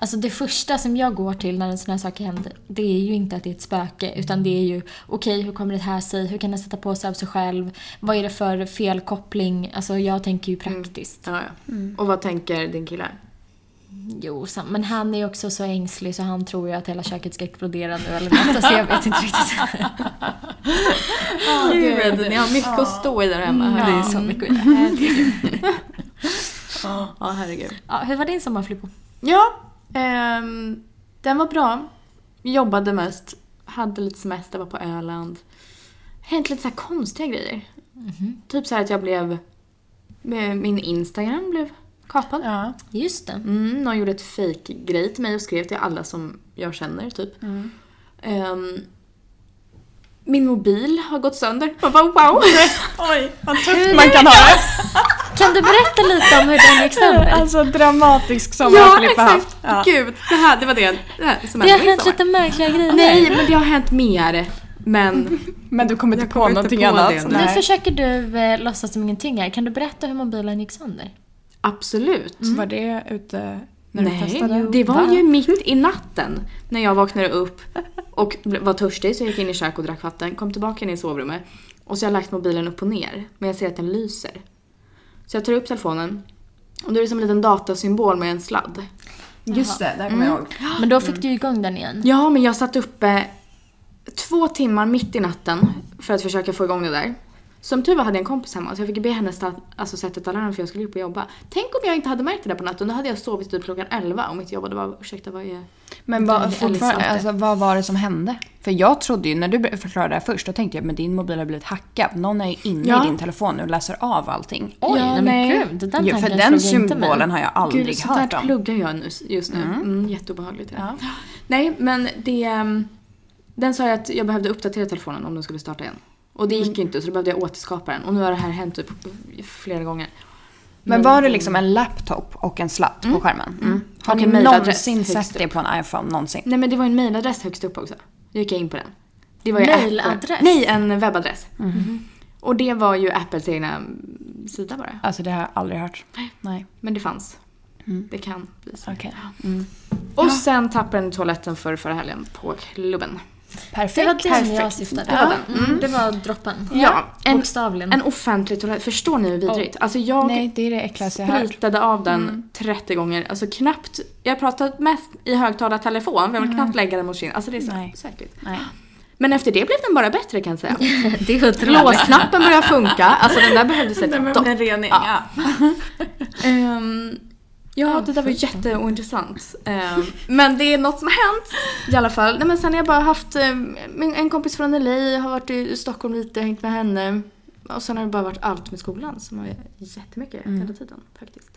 [SPEAKER 3] Alltså det första som jag går till när en sån här sak händer, det är ju inte att det är ett spöke. Utan det är ju, okej hur kommer det här sig? Hur kan den sätta på sig av sig själv? Vad är det för felkoppling? Alltså jag tänker ju praktiskt.
[SPEAKER 2] Mm. Ja, ja. Och vad tänker din kille?
[SPEAKER 3] Jo, sam- men han är ju också så ängslig så han tror ju att hela köket ska explodera nu eller något. Alltså jag vet inte riktigt.
[SPEAKER 2] Gud, ni har mycket att stå i där hemma.
[SPEAKER 3] Ja, det är så mycket att göra.
[SPEAKER 2] Ja, herregud.
[SPEAKER 3] ja, Hur var din sommar Filippo?
[SPEAKER 2] Ja, ehm, den var bra. Jobbade mest, hade lite semester, var på Öland. Hänt lite så här konstiga grejer. Typ så här att jag blev... eh, Min Instagram blev kapad.
[SPEAKER 1] Ja.
[SPEAKER 3] Just det.
[SPEAKER 2] Mm, någon gjorde ett fake grej till mig och skrev till alla som jag känner, typ.
[SPEAKER 3] Mm.
[SPEAKER 2] Ehm, min mobil har gått sönder. Man bara wow!
[SPEAKER 1] Oj, vad tufft man kan ha det.
[SPEAKER 3] Kan du berätta lite om hur den gick sönder?
[SPEAKER 1] Alltså dramatisk sommar
[SPEAKER 2] Ja,
[SPEAKER 1] Filippa
[SPEAKER 2] exakt!
[SPEAKER 1] haft. Ja.
[SPEAKER 2] Gud, det, här, det var det, det här som
[SPEAKER 3] Det har
[SPEAKER 2] hände min
[SPEAKER 3] hänt
[SPEAKER 2] sommar.
[SPEAKER 3] lite märkliga grejer.
[SPEAKER 2] Nej, men det har hänt mer. Men
[SPEAKER 1] Men du kommer inte
[SPEAKER 2] Jag
[SPEAKER 1] på
[SPEAKER 2] kommer inte
[SPEAKER 1] någonting
[SPEAKER 2] på
[SPEAKER 1] annat.
[SPEAKER 2] det nu.
[SPEAKER 3] Nu
[SPEAKER 1] Nej.
[SPEAKER 3] försöker du eh, låtsas som ingenting här. Kan du berätta hur mobilen gick sönder?
[SPEAKER 2] absolut.
[SPEAKER 1] Var det ute när du
[SPEAKER 2] Nej,
[SPEAKER 1] testade?
[SPEAKER 2] det var
[SPEAKER 3] Va?
[SPEAKER 2] ju mitt i natten när jag vaknade upp och bl- var törstig så jag gick in i köket och drack vatten, kom tillbaka in i sovrummet och så har jag lagt mobilen upp och ner men jag ser att den lyser. Så jag tar upp telefonen och då är det som en liten datasymbol med en sladd.
[SPEAKER 1] Just det, där kommer jag ihåg.
[SPEAKER 3] Men då fick du igång den igen.
[SPEAKER 2] Ja, men jag satt uppe två timmar mitt i natten för att försöka få igång det där. Som tur var hade jag en kompis hemma så jag fick be henne sta- alltså, sätta ett alarm för jag skulle upp och jobba. Tänk om jag inte hade märkt det där på natten, då hade jag sovit typ klockan 11 och mitt jobb hade bara ursäkta vad är...
[SPEAKER 1] Men
[SPEAKER 2] Det är
[SPEAKER 1] vad,
[SPEAKER 2] lite
[SPEAKER 1] fortfarande,
[SPEAKER 2] Alice
[SPEAKER 1] alltså, vad var det som hände? För jag trodde ju, när du förklarade det här först, då tänkte jag men din mobil har blivit hackad. Någon är ju inne
[SPEAKER 2] Ja.
[SPEAKER 1] i din telefon nu och läser av allting.
[SPEAKER 3] Oj,
[SPEAKER 2] Ja,
[SPEAKER 3] nej,
[SPEAKER 2] nej.
[SPEAKER 3] men gud. Den
[SPEAKER 1] Jo,
[SPEAKER 3] tanken
[SPEAKER 1] för
[SPEAKER 3] slog
[SPEAKER 1] den
[SPEAKER 3] jag inte mig.
[SPEAKER 1] symbolen har jag aldrig
[SPEAKER 2] Gud, sånt
[SPEAKER 1] hört
[SPEAKER 2] där
[SPEAKER 1] om.
[SPEAKER 2] pluggar jag nu- just nu. Mm. jätteobehagligt. Ja. Nej, men det... ehm, Den sa jag att jag behövde uppdatera telefonen om den skulle starta igen. Och det gick ju inte så då behövde jag återskapa den. Och nu har det här hänt typ flera gånger.
[SPEAKER 1] Men var det liksom en laptop och en slatt på skärmen? Mm. Har
[SPEAKER 2] Och
[SPEAKER 1] ni
[SPEAKER 2] en mailadress
[SPEAKER 1] någonsin
[SPEAKER 2] högst
[SPEAKER 1] sett det på en iPhone? Någonsin?
[SPEAKER 2] Nej men det var ju en mailadress högst upp också. Då gick jag in på den. Det var ju
[SPEAKER 3] Mailadress?
[SPEAKER 2] Apple- Nej, en webbadress. Mm-hmm. Och det var ju Apples egna mm, sida bara.
[SPEAKER 1] Alltså det har jag aldrig hört.
[SPEAKER 2] Nej.
[SPEAKER 1] Nej.
[SPEAKER 2] Men det fanns. Det kan bli så.
[SPEAKER 1] Okej.
[SPEAKER 2] Och sen tappade den i toaletten för förra helgen på klubben.
[SPEAKER 3] Det var
[SPEAKER 1] Perfekt.
[SPEAKER 3] den jag syftade på. Ja. Mm. Det var droppen.
[SPEAKER 2] Ja, en-
[SPEAKER 3] Bokstavligen.
[SPEAKER 2] En offentlig toalett. Förstår ni hur vidrigt? Alltså jag
[SPEAKER 1] Nej, det är det äckligaste jag har hört.
[SPEAKER 2] spritade av den 30 gånger. Alltså knappt. Jag pratat mest i högtalartelefon. Jag vill knappt lägga den mot kinden. Alltså det är så,
[SPEAKER 1] Nej.
[SPEAKER 2] så äckligt.
[SPEAKER 1] Nej.
[SPEAKER 2] Men efter det blev den bara bättre kan jag säga.
[SPEAKER 3] det är otroligt.
[SPEAKER 2] Låsknappen började funka. Alltså den där behövdes ett dopp.
[SPEAKER 1] rening,
[SPEAKER 2] ja. Ehm, ja, det där var jätteointressant. Ehm, men det är något som har hänt i alla fall. Nej, men sen har jag bara haft ehm, min- en kompis från LA, har varit i Stockholm lite, hängt med henne. Och sen har det bara varit allt med skolan som har jättemycket
[SPEAKER 3] Mm.
[SPEAKER 2] hela tiden faktiskt.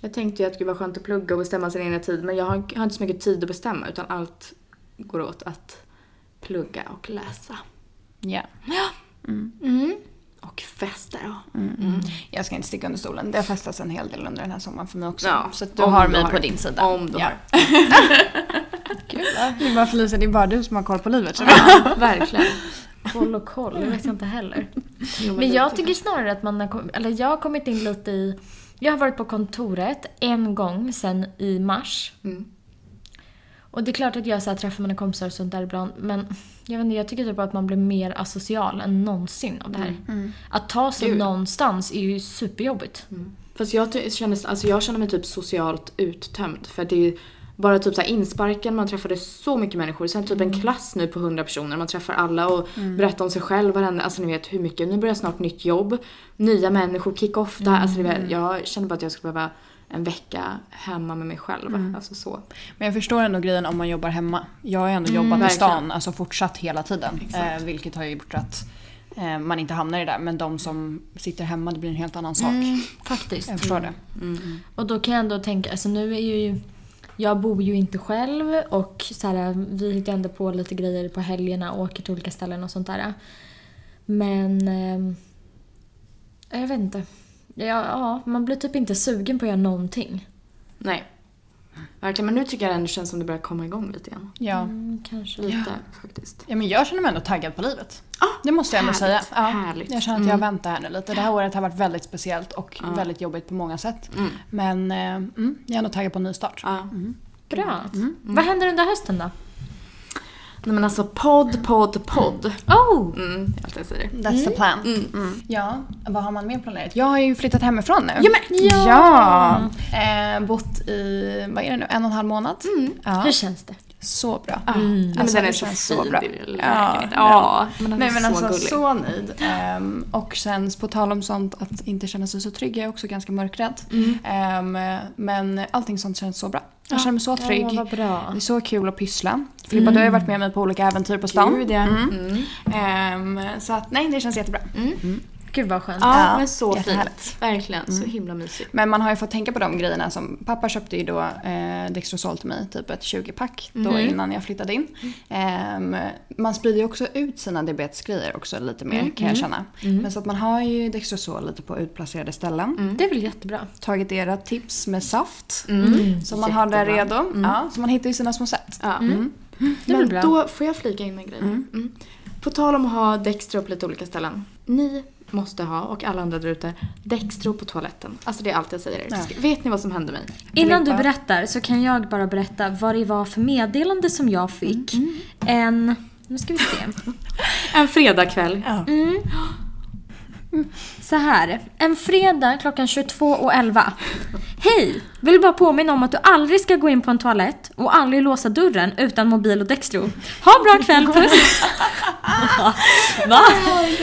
[SPEAKER 2] Jag tänkte ju att det var skönt att plugga och bestämma sin egna tid men jag har, har inte så mycket tid att bestämma utan allt går åt att plugga och läsa.
[SPEAKER 1] Ja.
[SPEAKER 3] Mm.
[SPEAKER 2] Och festa då.
[SPEAKER 1] Mm. Jag ska inte sticka under stolen. Det har festats en hel del under den här sommaren för mig också.
[SPEAKER 2] Ja,
[SPEAKER 1] så att du
[SPEAKER 2] om
[SPEAKER 1] har
[SPEAKER 2] du
[SPEAKER 1] mig
[SPEAKER 2] har.
[SPEAKER 1] på din sida.
[SPEAKER 2] Om du har.
[SPEAKER 1] Kul. Det är bara Felicia, det är bara du som har koll på livet. känner jag.
[SPEAKER 2] Ja, verkligen.
[SPEAKER 3] Koll och koll, det vet jag inte heller.
[SPEAKER 2] Jo,
[SPEAKER 3] Men
[SPEAKER 2] det
[SPEAKER 3] jag tycker snarare att man har, kom- eller jag har kommit in lite i... Jag har varit på kontoret en gång sen i mars.
[SPEAKER 2] Mm.
[SPEAKER 3] Och det är klart att jag så här, träffar mina kompisar och sånt där ibland. Men jag, vet inte, jag tycker typ att man blir mer asocial än någonsin av det här. Att ta sig
[SPEAKER 2] Gud.
[SPEAKER 3] någonstans är ju superjobbigt.
[SPEAKER 2] Fast jag ty- känner, alltså jag känner mig typ socialt uttömd. För det är bara typ så här insparken, man träffade så mycket människor. Sen typ
[SPEAKER 1] Mm.
[SPEAKER 2] en klass nu på 100 personer, man träffar alla och berättar om sig själv, varenda, alltså ni vet hur mycket. Nu börjar snart nytt jobb, nya människor, kick-off där. Alltså ni
[SPEAKER 1] Mm.
[SPEAKER 2] vet, jag känner bara att jag skulle behöva en vecka hemma med mig själv.
[SPEAKER 1] Mm.
[SPEAKER 2] Alltså så.
[SPEAKER 1] Men jag förstår ändå grejen om man jobbar hemma. Jag har ju ändå jobbat i
[SPEAKER 2] Mm, verkligen.
[SPEAKER 1] stan, alltså fortsatt hela tiden. Eh, vilket har ju gjort att eh, man inte hamnar i det där. Men de som sitter hemma, det blir en helt annan sak.
[SPEAKER 2] Mm.
[SPEAKER 3] Faktiskt.
[SPEAKER 1] Mm. Jag förstår det.
[SPEAKER 3] Och då kan jag ändå tänka, alltså nu är ju... Jag bor ju inte själv och så här, vi hittar ändå på lite grejer på helgerna och åker till olika ställen och sånt där. Men... ehm, jag vet inte. Ja, ja, man blir typ inte sugen på att göra någonting.
[SPEAKER 2] Nej. Verkligen, men nu tycker jag ändå känns som det börjar komma igång lite igen.
[SPEAKER 1] Ja.
[SPEAKER 3] Mm, kanske.
[SPEAKER 2] Lite faktiskt.
[SPEAKER 1] Ja, men jag känner mig ändå taggad på livet. det måste jag ändå
[SPEAKER 2] Ah, härligt, Mm.
[SPEAKER 1] säga. Ja,
[SPEAKER 2] härligt.
[SPEAKER 1] Jag känner att jag väntar här nu lite. Det här året har varit väldigt speciellt och väldigt jobbigt på många sätt. Men eh, mm, jag är ändå taggad på en ny start.
[SPEAKER 2] Ja.
[SPEAKER 3] Bra. Vad händer under hösten då?
[SPEAKER 2] Nej men alltså podd, podd, podd.
[SPEAKER 3] Oh!
[SPEAKER 2] Mm, det är allt jag säger. Mm.
[SPEAKER 1] That's the plan. Mm. Ja, vad har man mer planerat? Jag har ju flyttat hemifrån nu.
[SPEAKER 2] Ja, men-
[SPEAKER 1] Ja! Eh, bott i, vad är det nu, en och en halv månad. Ja,
[SPEAKER 3] Hur känns det?
[SPEAKER 1] så bra.
[SPEAKER 2] Ja, men den är
[SPEAKER 1] Ah, alltså, det
[SPEAKER 2] så
[SPEAKER 1] känns
[SPEAKER 2] fin,
[SPEAKER 1] så bra.
[SPEAKER 2] din lilla
[SPEAKER 1] Ja,
[SPEAKER 2] lägenhet. Mm. Ja, men den
[SPEAKER 1] Nej
[SPEAKER 2] är
[SPEAKER 1] men
[SPEAKER 2] så
[SPEAKER 1] alltså
[SPEAKER 2] gullig.
[SPEAKER 1] så nöjd. Ehm, och sen på tal om sånt att inte känna sig så trygg, jag är också ganska mörkrädd.
[SPEAKER 2] Mm.
[SPEAKER 1] Ehm, men allting sånt känns så bra. Jag känner mig så trygg.
[SPEAKER 3] Åh, vad bra.
[SPEAKER 1] Det är så kul att pyssla. Filippa, du har ju varit
[SPEAKER 2] Mm.
[SPEAKER 1] med mig på olika äventyr på stan.
[SPEAKER 2] Gud ja.
[SPEAKER 1] Ehm, så att nej, det känns jättebra.
[SPEAKER 3] Gud vad skönt.
[SPEAKER 2] Ja,
[SPEAKER 1] Ja,
[SPEAKER 2] men så
[SPEAKER 1] jättehärligt. Mm.
[SPEAKER 2] fint. Verkligen, så himla mysigt.
[SPEAKER 1] Men man har ju fått tänka på de grejerna som pappa köpte ju då eh, Dextrosol till mig, typ ett 20-pack då innan jag flyttade in. Ehm, man sprider ju också ut sina diabetesgrejer också lite mer kan jag känna. Men så att man har ju Dextrosol lite på utplacerade ställen.
[SPEAKER 3] Det är väl jättebra. Mm.
[SPEAKER 1] Tagit era tips med saft som man har där redo.
[SPEAKER 2] Mm. Jättebra.
[SPEAKER 1] Ja, så man hittar ju sina små sätt.
[SPEAKER 2] Ja.
[SPEAKER 3] Det är
[SPEAKER 2] Men
[SPEAKER 3] väl bra.
[SPEAKER 2] då får jag flika in med grejer. Mm. På tal om att ha Dextro på lite olika ställen. Ni måste ha, och alla andra där ute, Dextro på toaletten. Alltså det är allt jag säger.
[SPEAKER 1] Ja.
[SPEAKER 2] Vet ni vad som hände mig?
[SPEAKER 3] Innan du
[SPEAKER 1] Filippa.
[SPEAKER 3] berättar så kan jag bara berätta vad det var för meddelande som jag fick. En... Nu ska vi se.
[SPEAKER 2] En fredagkväll.
[SPEAKER 3] Så här, en fredag klockan 22.11. Hej! Vill bara påminna om att du aldrig ska gå in på en toalett och aldrig låsa dörren utan mobil och Dextro. Ha en bra kväll, puss! Va?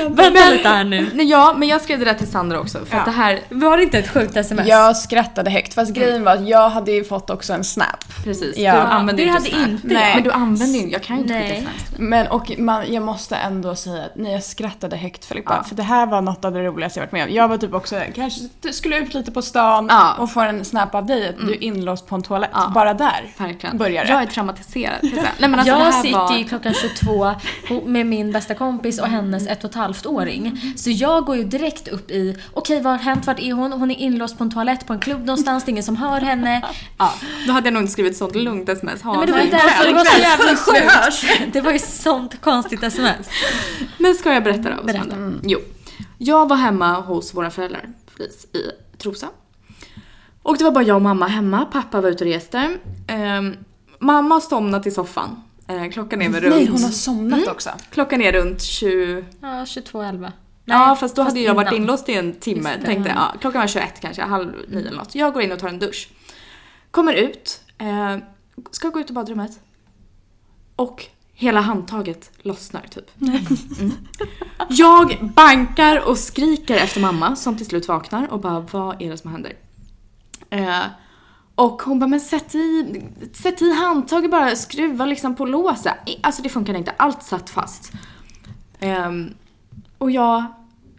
[SPEAKER 3] Vänta lite här nu.
[SPEAKER 2] Nej, ja, men jag skrev det där till Sandra också. För att det här,
[SPEAKER 3] Var det inte ett sjukt sms?
[SPEAKER 1] Jag skrattade högt fast grejen var att jag hade ju fått också en snap.
[SPEAKER 2] precis.
[SPEAKER 1] Ja.
[SPEAKER 2] Du
[SPEAKER 1] Ja,
[SPEAKER 2] använde
[SPEAKER 3] det
[SPEAKER 2] inte
[SPEAKER 3] hade
[SPEAKER 2] Snap.
[SPEAKER 3] inte
[SPEAKER 1] jag.
[SPEAKER 2] Men du använde ju Jag kan ju inte
[SPEAKER 3] Nej.
[SPEAKER 2] skicka Snap.
[SPEAKER 1] Men och man, jag måste ändå säga att nej, jag skrattade högt Filippa. För det här var något av det roligaste jag varit med om. Jag var typ också, kanske du skulle ut lite på stan
[SPEAKER 2] Ja. Mm.
[SPEAKER 1] och få en snap av dig att du är inlåst på en toalett. Bara där
[SPEAKER 2] Verkligen.
[SPEAKER 1] börjar det.
[SPEAKER 2] Jag är traumatiserad. kan jag säga. Nej, men alltså, det
[SPEAKER 3] jag
[SPEAKER 2] här
[SPEAKER 3] sitter
[SPEAKER 2] var...
[SPEAKER 3] ju klockan 22 och- med min bästa kompis och hennes ett och ett halvt åring. Så jag går ju direkt upp i, okej vad har hänt, vart är hon? Hon är inlåst på en toalett på en klubb någonstans, det är ingen som hör henne. Ja.
[SPEAKER 2] Då hade jag nog inte skrivit sånt lugnt sms. Ha,
[SPEAKER 3] Nej, men det var ju
[SPEAKER 2] nej.
[SPEAKER 3] därför det var så jävla sjukt. Det var ju sånt konstigt sms.
[SPEAKER 2] Men ska jag berätta då? vad som
[SPEAKER 3] Berätta. Mm.
[SPEAKER 2] hände? Jo. Jag var hemma hos våra föräldrar, Felice, i Trosa. Och det var bara jag och mamma hemma. Pappa var ute och reste. Ehm, mamma har somnat i soffan. Ehm, klockan är väl runt...
[SPEAKER 1] Nej, hon har somnat
[SPEAKER 2] Mm.
[SPEAKER 1] också.
[SPEAKER 2] Klockan är runt 20...
[SPEAKER 3] Ja, 22.11.
[SPEAKER 2] ja fast då hade jag varit
[SPEAKER 3] innan.
[SPEAKER 2] inlåst i en timme
[SPEAKER 3] Just det. Mm.
[SPEAKER 2] tänkte jag. Ja, klockan var 21 kanske, halv nio eller något. Jag går in och tar en dusch. Kommer ut, eh, ska gå ut i badrummet. Och hela handtaget lossnar typ. Mm. Jag bankar och skriker efter mamma som till slut vaknar och bara vad är det som händer? Eh, och hon bara, men sätt i, sätt i handtaget bara, skruva liksom på låset. Alltså det funkar inte, allt satt fast. Ehm, och jag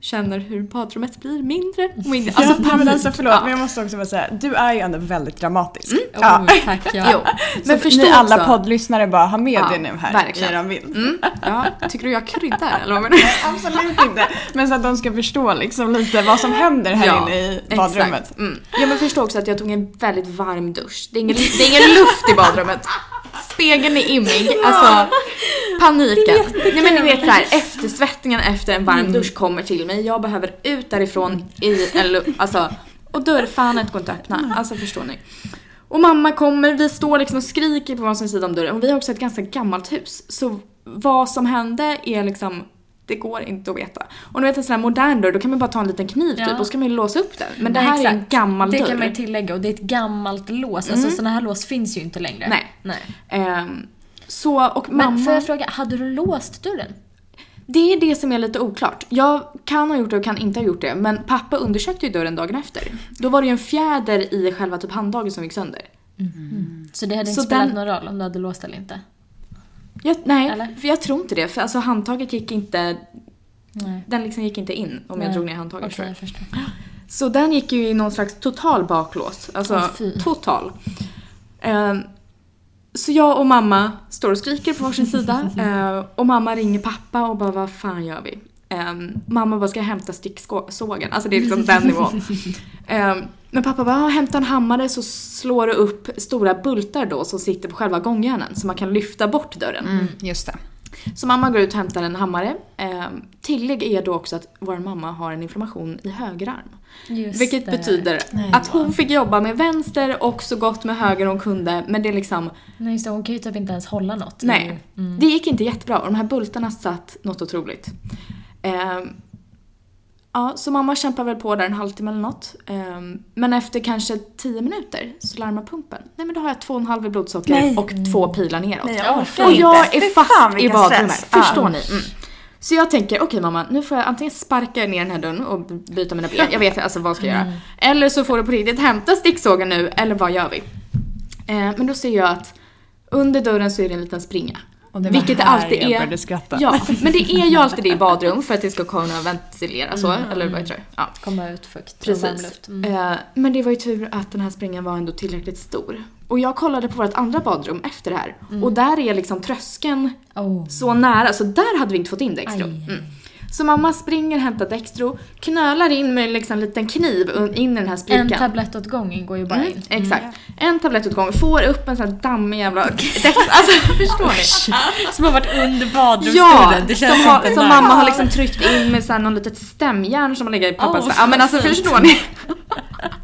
[SPEAKER 2] känner hur badrummet blir mindre och mindre.
[SPEAKER 1] Alltså,
[SPEAKER 2] Alltså,
[SPEAKER 1] ja, men alltså förlåt,
[SPEAKER 2] Ja.
[SPEAKER 1] men jag måste också bara säga, du är ju ändå väldigt dramatisk.
[SPEAKER 3] Ja.
[SPEAKER 1] Ja.
[SPEAKER 3] Oh, tack ja.
[SPEAKER 2] Jo, Mm. men
[SPEAKER 1] Men
[SPEAKER 2] förstå
[SPEAKER 1] ni alla
[SPEAKER 2] också.
[SPEAKER 1] poddlyssnare bara, ha med
[SPEAKER 2] Ja,
[SPEAKER 1] det nu här
[SPEAKER 2] verkligen.
[SPEAKER 1] i eran bild.
[SPEAKER 2] Mm, ja. Tycker du jag kryddar eller vad menar du?
[SPEAKER 1] Absolut inte. Men så att de ska förstå liksom lite vad som händer här
[SPEAKER 2] Ja,
[SPEAKER 1] inne i badrummet.
[SPEAKER 2] Exakt. Mm. Ja men förstå också att jag tog en väldigt varm dusch. Det är ingen, det är ingen luft i badrummet. Spegeln är immig. Alltså paniken. Nej men ni vet såhär eftersvettningen efter en
[SPEAKER 3] Mm.
[SPEAKER 2] varm dusch kommer till mig. Jag behöver ut därifrån i en lu- Alltså och dörrfanet går inte att öppna. Alltså förstår ni. Och mamma kommer, vi står liksom och skriker på varsin sida om dörren. Och vi har också ett ganska gammalt hus. Så vad som hände är liksom, det går inte att veta. Och ni vet en sån här modern dörr, då kan man bara ta en liten kniv
[SPEAKER 3] Ja.
[SPEAKER 2] typ och så kan man ju låsa upp den. Men det
[SPEAKER 3] Nej,
[SPEAKER 2] här är ju en
[SPEAKER 3] exakt.
[SPEAKER 2] gammal
[SPEAKER 3] Det
[SPEAKER 2] dörr. Mm.
[SPEAKER 3] kan man ju tillägga och det är ett gammalt lås. Alltså sådana här lås finns ju inte längre.
[SPEAKER 2] Nej.
[SPEAKER 3] Nej.
[SPEAKER 2] Ehm, så, och
[SPEAKER 3] Men
[SPEAKER 2] mamma...
[SPEAKER 3] får jag fråga, hade du låst dörren?
[SPEAKER 2] Det är det som är lite oklart. Jag kan ha gjort det och kan inte ha gjort det, men pappa undersökte ju dörren dagen efter. Då var det ju en fjäder i själva typ handtaget som gick sönder.
[SPEAKER 3] Så det hade
[SPEAKER 2] Så
[SPEAKER 3] inte spelat
[SPEAKER 2] den-
[SPEAKER 3] någon roll om du hade låst eller inte?
[SPEAKER 2] Jag, nej,
[SPEAKER 3] Eller?
[SPEAKER 2] för jag tror inte det. För alltså handtaget gick inte...
[SPEAKER 3] Nej.
[SPEAKER 2] Den liksom gick inte in om
[SPEAKER 3] Nej.
[SPEAKER 2] jag drog ner handtaget
[SPEAKER 3] Okej,
[SPEAKER 2] tror jag.
[SPEAKER 3] jag förstår.
[SPEAKER 2] Så den gick ju i någon slags total baklås. Alltså
[SPEAKER 3] Åh, fy.
[SPEAKER 2] total. Ehm, så jag och mamma står och skriker på varsin sida. Ehm, och mamma ringer pappa och bara vad fan gör vi? Ehm, mamma bara ska jag hämta sticksågen? Alltså det är liksom den nivån. Ehm, men pappa bara "Ja, hämta en hammare så slår du upp stora bultar då som sitter på själva gångjärnen så man kan lyfta bort dörren.
[SPEAKER 1] Mm, just det.
[SPEAKER 2] Så mamma går ut och hämtar en hammare. Ehm, tillägg är då också att vår mamma har en inflammation i höger arm.
[SPEAKER 3] Just
[SPEAKER 2] Vilket
[SPEAKER 3] det.
[SPEAKER 2] betyder att hon fick jobba med vänster och så gott med höger hon kunde. Men det är liksom,
[SPEAKER 3] Nej just det, hon kan ju typ inte ens hålla något. Det är
[SPEAKER 2] nej.
[SPEAKER 3] ju-
[SPEAKER 2] Det gick inte jättebra och de här bultarna satt något otroligt. Ehm, ja, så mamma kämpar väl på där en halvtimme eller något. Ehm, men efter kanske tio minuter så larmar pumpen. Nej men då har jag två och en halv i blodsocker
[SPEAKER 1] Nej.
[SPEAKER 2] och två pilar neråt.
[SPEAKER 1] Nej, jag orkar
[SPEAKER 2] och
[SPEAKER 1] inte.
[SPEAKER 2] jag är
[SPEAKER 1] Fy
[SPEAKER 2] fast
[SPEAKER 1] fan,
[SPEAKER 2] i
[SPEAKER 1] vilken
[SPEAKER 2] badrummet.
[SPEAKER 1] stress.
[SPEAKER 2] Förstår
[SPEAKER 1] Ja.
[SPEAKER 2] ni? Mm. Så jag tänker, okej mamma, nu får jag antingen sparka ner den här dörren och byta mina ben. Jag vet inte, alltså vad ska jag
[SPEAKER 1] Mm.
[SPEAKER 2] göra? Eller så får du på riktigt hämta sticksågen nu, eller vad gör vi? Eh, men då ser jag att under dörren så är det en liten springa.
[SPEAKER 1] Och det var
[SPEAKER 2] Vilket det
[SPEAKER 1] här
[SPEAKER 2] alltid
[SPEAKER 1] jag
[SPEAKER 2] är.
[SPEAKER 1] började skratta.
[SPEAKER 2] Ja, men det är ju alltid det i badrum för att det ska kunna ventilera så,
[SPEAKER 1] Mm.
[SPEAKER 2] eller vad heter det? Ja.
[SPEAKER 3] Komma ut fukt och
[SPEAKER 2] Precis.
[SPEAKER 3] varmluft. Mm.
[SPEAKER 2] Eh, Men det var ju tur att den här springan var ändå tillräckligt stor. Och jag kollade på vårt andra badrum efter det här
[SPEAKER 1] Mm.
[SPEAKER 2] och där är liksom tröskeln
[SPEAKER 3] Oh.
[SPEAKER 2] så nära, så där hade vi inte fått in Dextro.
[SPEAKER 3] Aj.
[SPEAKER 2] Mm. Så mamma springer, hämtar Dextro, knölar in med liksom en liten kniv un- in i den här
[SPEAKER 3] En
[SPEAKER 2] sprikan.
[SPEAKER 3] tablett åt gången går ju bara
[SPEAKER 2] Mm,
[SPEAKER 3] in.
[SPEAKER 2] exakt. En tablett åt gången, får upp en sån här dammig jävla Dex, alltså förstår ni?
[SPEAKER 3] Som har varit under
[SPEAKER 2] Ja,
[SPEAKER 3] badrumsstolen. Det
[SPEAKER 2] som,
[SPEAKER 3] känns
[SPEAKER 2] har,
[SPEAKER 3] inte
[SPEAKER 2] som
[SPEAKER 3] nice.
[SPEAKER 2] mamma har liksom tryckt in med såhär någon litet stämjärn som har legat i pappas
[SPEAKER 3] Åh,
[SPEAKER 2] oh, Ja men alltså
[SPEAKER 3] fint.
[SPEAKER 2] förstår ni?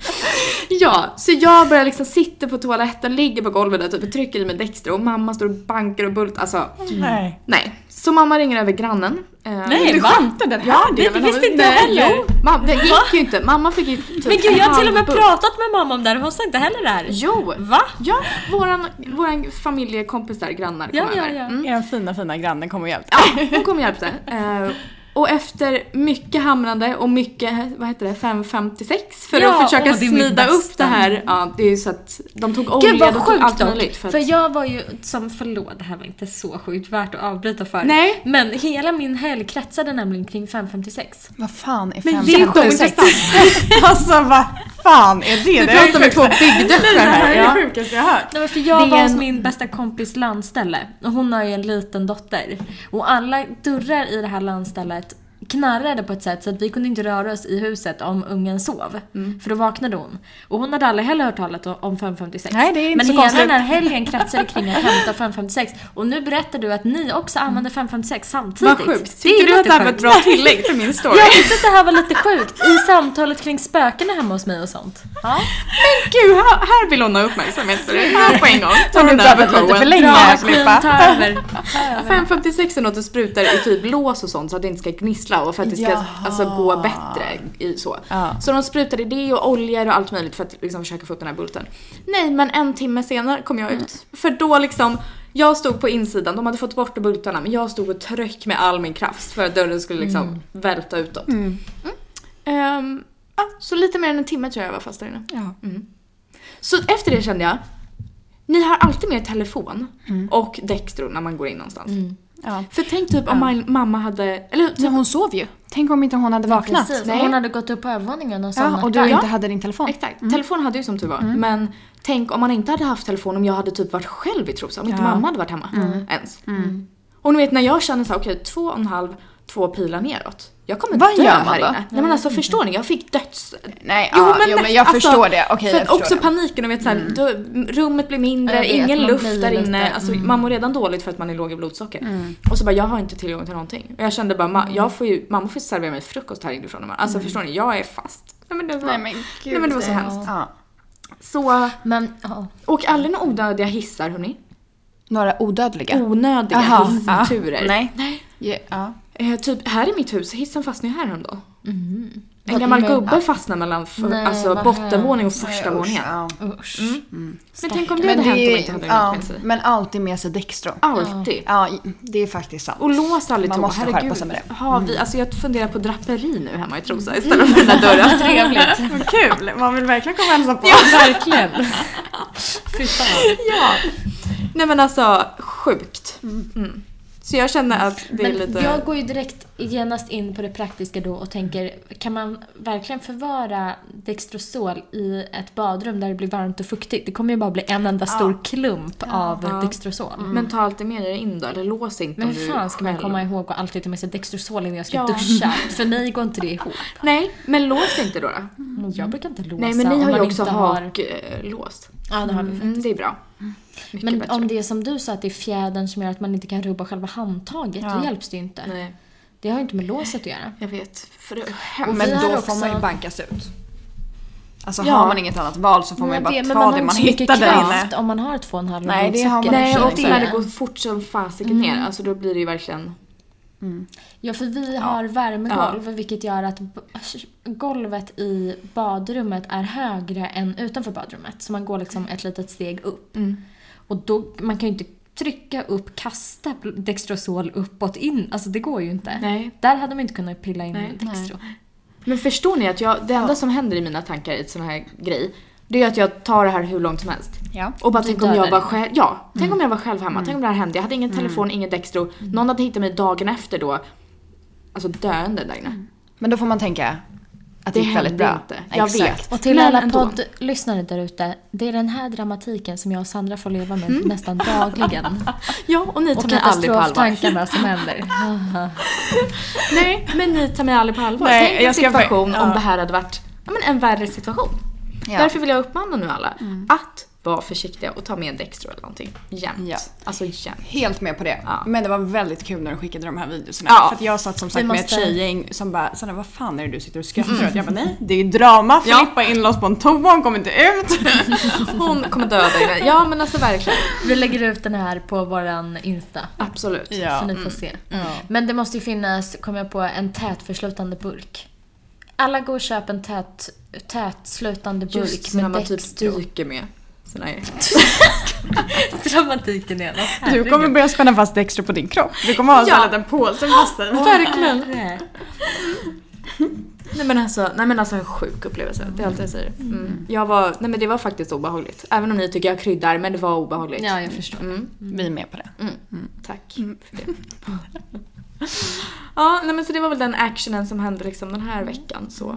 [SPEAKER 2] ja, så jag börjar liksom sitta på toaletten, ligger på golvet där typ och trycker i mig Dextro och mamma står och bankar och bult. Alltså
[SPEAKER 1] Nej.
[SPEAKER 2] nej. Så mamma ringer över grannen. Eh,
[SPEAKER 3] Nej,
[SPEAKER 1] Du
[SPEAKER 3] va?
[SPEAKER 1] skämtar? Den här
[SPEAKER 2] Ja, det
[SPEAKER 1] delen av-
[SPEAKER 3] visste inte
[SPEAKER 2] nej,
[SPEAKER 3] jag heller.
[SPEAKER 2] Jo, mamma, det gick ju inte. Mamma fick ju typ
[SPEAKER 3] Men gud,
[SPEAKER 2] en
[SPEAKER 3] jag har till och med
[SPEAKER 2] halv burk.
[SPEAKER 3] pratat med mamma om det här. Hon sa inte heller det här.
[SPEAKER 2] Jo!
[SPEAKER 3] Va?
[SPEAKER 2] Ja, våran, våran familjekompisar, grannar kom
[SPEAKER 3] Ja, ja,
[SPEAKER 2] över.
[SPEAKER 3] ja.
[SPEAKER 2] Mm.
[SPEAKER 1] Er fina fina granne kommer och hjälpte.
[SPEAKER 2] Ja, hon kom och hjälpte. Eh, och efter mycket hamrande och mycket, vad heter det, 556 för
[SPEAKER 3] Ja,
[SPEAKER 2] att försöka
[SPEAKER 3] åh, det är min
[SPEAKER 2] smida
[SPEAKER 3] bästa.
[SPEAKER 2] upp det här. Ja, det är ju så att de tog olja,
[SPEAKER 3] Gud vad
[SPEAKER 2] de tog
[SPEAKER 3] sjukt
[SPEAKER 2] allt
[SPEAKER 3] dock.
[SPEAKER 2] möjligt.
[SPEAKER 3] För,
[SPEAKER 2] För att,
[SPEAKER 3] jag var ju, som förlåt det här var inte så sjukt värt att avbryta för.
[SPEAKER 2] Nej.
[SPEAKER 3] Men hela min helg kretsade nämligen kring 556.
[SPEAKER 1] Vad fan är
[SPEAKER 2] men det är inte
[SPEAKER 1] 556?
[SPEAKER 2] ointressant.
[SPEAKER 1] Alltså vad fan är det?
[SPEAKER 2] Vi
[SPEAKER 1] Det är
[SPEAKER 2] pratar med två byggdöttrar här.
[SPEAKER 1] det
[SPEAKER 2] Ja.
[SPEAKER 1] sjukaste jag har hört.
[SPEAKER 3] Nej, men för jag
[SPEAKER 2] Det är
[SPEAKER 3] var hos
[SPEAKER 2] en-
[SPEAKER 3] min bästa kompis landställe och hon har ju en liten dotter. Och alla dörrar i det här landstället knarrade på ett sätt så att vi kunde inte röra oss i huset om ungen sov.
[SPEAKER 2] Mm.
[SPEAKER 3] För då vaknade hon. Och hon hade aldrig heller hört talat o- om 556.
[SPEAKER 1] Nej, det är inte
[SPEAKER 3] Men
[SPEAKER 1] så
[SPEAKER 3] hela
[SPEAKER 1] konstigt.
[SPEAKER 3] den här helgen kretsade kring att hämta 556. Och nu berättar du att ni också använder 556 samtidigt.
[SPEAKER 2] Mm. Vad sjukt.
[SPEAKER 3] Det är
[SPEAKER 2] Tyckte du att det här var
[SPEAKER 3] jättesjukt.
[SPEAKER 2] ett bra tillägg till min story?
[SPEAKER 3] Jag tyckte att det här var lite sjukt i samtalet kring spökena hemma hos mig och sånt. Ja.
[SPEAKER 2] Gud, här, här vill hon ha uppmärksamhet. Så det är här på en gång. Ta
[SPEAKER 1] Har du
[SPEAKER 2] den
[SPEAKER 1] drabbat
[SPEAKER 2] där
[SPEAKER 1] lite för
[SPEAKER 2] showen.
[SPEAKER 1] länge
[SPEAKER 3] Bra
[SPEAKER 1] här
[SPEAKER 3] queen
[SPEAKER 1] Filippa?
[SPEAKER 3] ta över.
[SPEAKER 2] 556 är något du sprutar i typ lås och sånt så att det inte ska gnissla och för att det ska
[SPEAKER 1] Jaha.
[SPEAKER 2] alltså, gå bättre. I, så.
[SPEAKER 1] Ja.
[SPEAKER 2] så de sprutade det och oljor och allt möjligt för att liksom, försöka få upp den här bulten. Nej men en timme senare kom jag
[SPEAKER 1] Mm.
[SPEAKER 2] ut. För då liksom, jag stod på insidan, de hade fått bort bultarna men jag stod och tryck med all min kraft för att dörren skulle liksom välta utåt.
[SPEAKER 1] Mm.
[SPEAKER 2] Ehm, ja, så lite mer än en timme tror jag jag var fast där inne.
[SPEAKER 1] Ja.
[SPEAKER 2] Så efter det kände jag, ni har alltid med telefon
[SPEAKER 1] Mm.
[SPEAKER 2] och Dextro när man går in någonstans.
[SPEAKER 1] Ja.
[SPEAKER 2] För tänk typ om min mamma hade, eller typ,
[SPEAKER 1] Men hon sov ju. Tänk om inte hon hade vaknat.
[SPEAKER 3] Precis,
[SPEAKER 2] Nej.
[SPEAKER 3] hon hade gått upp på övervåningen och somnat
[SPEAKER 1] Ja, och du
[SPEAKER 3] där.
[SPEAKER 1] inte hade din telefon.
[SPEAKER 2] exakt, telefon hade ju som tur var. Men tänk om man inte hade haft telefon om jag hade typ varit själv i Trosa, om inte
[SPEAKER 1] Ja.
[SPEAKER 2] mamma hade varit hemma ens. Och ni vet när jag känner såhär, okej två och en halv, två pilar neråt. Jag kommer
[SPEAKER 1] Vad
[SPEAKER 2] dö
[SPEAKER 1] gör man
[SPEAKER 2] här
[SPEAKER 1] då?
[SPEAKER 2] inne. Nej men alltså förstår ni, jag fick döds...
[SPEAKER 1] Nej,
[SPEAKER 2] Jo,
[SPEAKER 1] ja,
[SPEAKER 2] men
[SPEAKER 1] jo, men
[SPEAKER 2] näst-
[SPEAKER 1] jag
[SPEAKER 2] alltså,
[SPEAKER 1] förstår det. Okej,
[SPEAKER 2] för
[SPEAKER 1] jag
[SPEAKER 2] att
[SPEAKER 1] förstår
[SPEAKER 2] också
[SPEAKER 1] det. Mm.
[SPEAKER 2] paniken och vet såhär, då, rummet blir mindre,
[SPEAKER 3] Jag vet,
[SPEAKER 2] ingen
[SPEAKER 3] man
[SPEAKER 2] luft
[SPEAKER 3] blir
[SPEAKER 2] där
[SPEAKER 3] lite-
[SPEAKER 2] inne. Alltså,
[SPEAKER 1] mm.
[SPEAKER 2] Man mår redan dåligt för att man är låg i blodsocker. Och så bara, jag har inte tillgång till någonting. Och jag kände bara,
[SPEAKER 1] Mm.
[SPEAKER 2] ma- jag får ju, mamma får servera mig frukost här inifrån. och man- Alltså förstår ni, jag är fast. Nej men det var,
[SPEAKER 1] Nej men gud.
[SPEAKER 2] Nej, men det var så hemskt.
[SPEAKER 1] Ja.
[SPEAKER 2] Så,
[SPEAKER 3] Men, ja.
[SPEAKER 2] åk aldrig några onödiga hissar hörni.
[SPEAKER 1] Några odödliga.
[SPEAKER 2] Onödiga
[SPEAKER 1] Aha,
[SPEAKER 2] hissturer.
[SPEAKER 1] ja, nej.
[SPEAKER 2] Nej.
[SPEAKER 1] Ja, ja.
[SPEAKER 2] Eh, typ här i mitt hus, hissen fastnade ju här häromdagen. En
[SPEAKER 1] Mm.
[SPEAKER 3] Vad
[SPEAKER 2] gammal
[SPEAKER 3] inne-
[SPEAKER 2] gubbe fastnade mellan för,
[SPEAKER 3] Nej,
[SPEAKER 2] alltså,
[SPEAKER 3] vad
[SPEAKER 2] bottenvåning och
[SPEAKER 1] Nej,
[SPEAKER 2] första
[SPEAKER 1] usch,
[SPEAKER 2] våningen.
[SPEAKER 1] ja.
[SPEAKER 3] Usch.
[SPEAKER 2] Mm. Men tänk om det
[SPEAKER 1] Men
[SPEAKER 2] hade
[SPEAKER 1] det
[SPEAKER 2] hänt om jag
[SPEAKER 1] är
[SPEAKER 2] inte hade
[SPEAKER 1] ja,
[SPEAKER 2] något med sig.
[SPEAKER 1] Men alltid med sig Dextro.
[SPEAKER 2] Alltid.
[SPEAKER 1] Ja, det är faktiskt sant.
[SPEAKER 2] Och lås aldrig
[SPEAKER 1] Man
[SPEAKER 2] toa,
[SPEAKER 1] måste skärpa sig med det.
[SPEAKER 2] Har vi, alltså jag funderar på draperi nu hemma i Trosa istället för den där dörren.
[SPEAKER 3] Trevligt.
[SPEAKER 1] Vad kul! Man vill verkligen komma och hälsa på.
[SPEAKER 3] Verkligen. Fy fan.
[SPEAKER 2] ja. Nej men alltså, sjukt. Mm. Så jag känner att det är
[SPEAKER 3] Men
[SPEAKER 2] lite... Mm.
[SPEAKER 3] jag går ju direkt genast in på det praktiska då och tänker, kan man verkligen förvara Dextrosol i ett badrum där det blir varmt och fuktigt? Det kommer ju bara bli en enda stor klump av
[SPEAKER 2] Ja. Mm.
[SPEAKER 3] Dextrosol.
[SPEAKER 2] Men ta alltid med dig in då, eller lås inte
[SPEAKER 3] Men
[SPEAKER 2] om
[SPEAKER 3] hur
[SPEAKER 2] du
[SPEAKER 3] fan ska man
[SPEAKER 2] själv-
[SPEAKER 3] komma ihåg att alltid ta med sig Dextrosol innan jag ska
[SPEAKER 2] Ja.
[SPEAKER 3] duscha? För mig går inte det ihop.
[SPEAKER 2] Nej, men lås inte då. då.
[SPEAKER 3] Men Jag brukar inte låsa
[SPEAKER 2] Nej men
[SPEAKER 3] om
[SPEAKER 2] ni har ju
[SPEAKER 3] man
[SPEAKER 2] också
[SPEAKER 3] inte
[SPEAKER 2] haklås.
[SPEAKER 3] Ja, det har vi
[SPEAKER 2] Mm, det är bra. Mycket
[SPEAKER 3] Men
[SPEAKER 2] bättre.
[SPEAKER 3] om det är som du sa, att det är fjädern som gör att man inte kan rubba själva handtaget,
[SPEAKER 1] Ja.
[SPEAKER 3] då hjälps det ju inte.
[SPEAKER 2] Nej,
[SPEAKER 3] Det har ju inte med låset att göra.
[SPEAKER 2] jag vet. För det är
[SPEAKER 1] Men
[SPEAKER 2] hemskt.
[SPEAKER 3] Vi har
[SPEAKER 1] då
[SPEAKER 3] också-
[SPEAKER 1] får man ju bankas ut. Alltså
[SPEAKER 2] Ja.
[SPEAKER 1] har man inget annat val så får man ju bara
[SPEAKER 3] det,
[SPEAKER 1] ta det man hittar där inne.
[SPEAKER 3] kraft om man har två och en halv
[SPEAKER 1] Nej, det har man
[SPEAKER 3] blodsocker.
[SPEAKER 2] Nej,
[SPEAKER 1] försöker
[SPEAKER 2] och när det
[SPEAKER 1] ju.
[SPEAKER 2] går fort som fasiken ner, alltså då blir det ju verkligen...
[SPEAKER 3] Ja, för vi har värmegolv vilket gör att b- golvet i badrummet är högre än utanför badrummet. Så man går liksom ett litet steg upp.
[SPEAKER 1] Mm.
[SPEAKER 3] Och då, man kan ju inte trycka upp, kasta bl- Dextrosol uppåt in. Alltså det går ju inte.
[SPEAKER 2] Nej.
[SPEAKER 3] Där hade man inte kunnat pilla in
[SPEAKER 2] Nej.
[SPEAKER 3] Dextro.
[SPEAKER 2] Men förstår ni att jag, det enda som händer i mina tankar i ett sån här grej, Det är att jag tar det här hur långt som helst.
[SPEAKER 1] Ja.
[SPEAKER 2] Och bara
[SPEAKER 3] Du
[SPEAKER 2] tänk om
[SPEAKER 3] dödar
[SPEAKER 2] jag var
[SPEAKER 3] dig.
[SPEAKER 2] själv, ja, tänk
[SPEAKER 1] Mm.
[SPEAKER 2] om jag var själv hemma, tänk om det här hände. Jag hade ingen telefon, ingen Dextro. Någon hade hittat mig dagen efter då. Alltså döende där inne.
[SPEAKER 1] Men då får man tänka att det,
[SPEAKER 2] Det
[SPEAKER 1] gick Mm. Typ väldigt
[SPEAKER 2] hände
[SPEAKER 1] bra.
[SPEAKER 2] inte. Jag vet.
[SPEAKER 3] Och till
[SPEAKER 2] Men
[SPEAKER 3] alla
[SPEAKER 2] ändå.
[SPEAKER 3] poddlyssnare där ute, det är den här dramatiken som jag och Sandra får leva med nästan dagligen.
[SPEAKER 2] Ja, Mm. och ni tar
[SPEAKER 3] Och
[SPEAKER 2] mig aldrig på allvar.
[SPEAKER 3] katastroftankarna som händer.
[SPEAKER 2] Nej, men ni tar mig aldrig på allvar.
[SPEAKER 1] Nej,
[SPEAKER 2] tänk en
[SPEAKER 1] jag ska bara-
[SPEAKER 2] situation om
[SPEAKER 1] ja.
[SPEAKER 2] det här hade varit ja, men en värre situation.
[SPEAKER 1] Ja. Mm.
[SPEAKER 2] Därför vill jag uppmana nu alla att vara försiktiga och ta med en Dextro eller någonting. Jämt.
[SPEAKER 1] Ja.
[SPEAKER 2] Alltså jämt.
[SPEAKER 1] Helt med på det.
[SPEAKER 2] Ja.
[SPEAKER 1] Men det var väldigt kul när du skickade de här videorna.
[SPEAKER 2] Ja.
[SPEAKER 1] För att jag satt som sagt
[SPEAKER 3] Vi
[SPEAKER 1] med ett
[SPEAKER 3] måste-
[SPEAKER 1] tjejgäng som bara Sanna vad fan är det du sitter och skrattar åt? Jag bara nej, det är drama.
[SPEAKER 2] Ja.
[SPEAKER 1] Filippa är inlåst på en toa, hon kommer inte ut.
[SPEAKER 2] Hon kommer döda er. Ja, men alltså verkligen.
[SPEAKER 3] Vi lägger ut den här på våran Insta.
[SPEAKER 2] Absolut.
[SPEAKER 3] Så
[SPEAKER 1] ja.
[SPEAKER 2] mm.
[SPEAKER 3] ni får se. Men det måste ju finnas, kom jag på, en tätförslutande burk. Alla går och köper en tät, tätslutande burk
[SPEAKER 2] Just när
[SPEAKER 3] med
[SPEAKER 2] man typ
[SPEAKER 3] Dextro.
[SPEAKER 2] dyker med. e- Så nej.
[SPEAKER 3] Dramatiken är något.
[SPEAKER 1] Du kommer börja spänna fast Dexter på din kropp. Du kommer ha en sån
[SPEAKER 2] Ja.
[SPEAKER 1] här liten påse fast den.
[SPEAKER 2] Verkligen.
[SPEAKER 3] Nej.
[SPEAKER 2] Nej men, alltså, nej men alltså en sjuk upplevelse, det är allt jag säger. Mm. Jag var, nej men det var faktiskt obehagligt. Även om ni tycker jag kryddar, men det var obehagligt.
[SPEAKER 3] Ja, Mm. jag förstår.
[SPEAKER 2] Mm.
[SPEAKER 1] Vi är med på det.
[SPEAKER 2] Tack för det. ja, nej men så det var väl den actionen som hände liksom den här veckan
[SPEAKER 3] Mm.
[SPEAKER 2] så.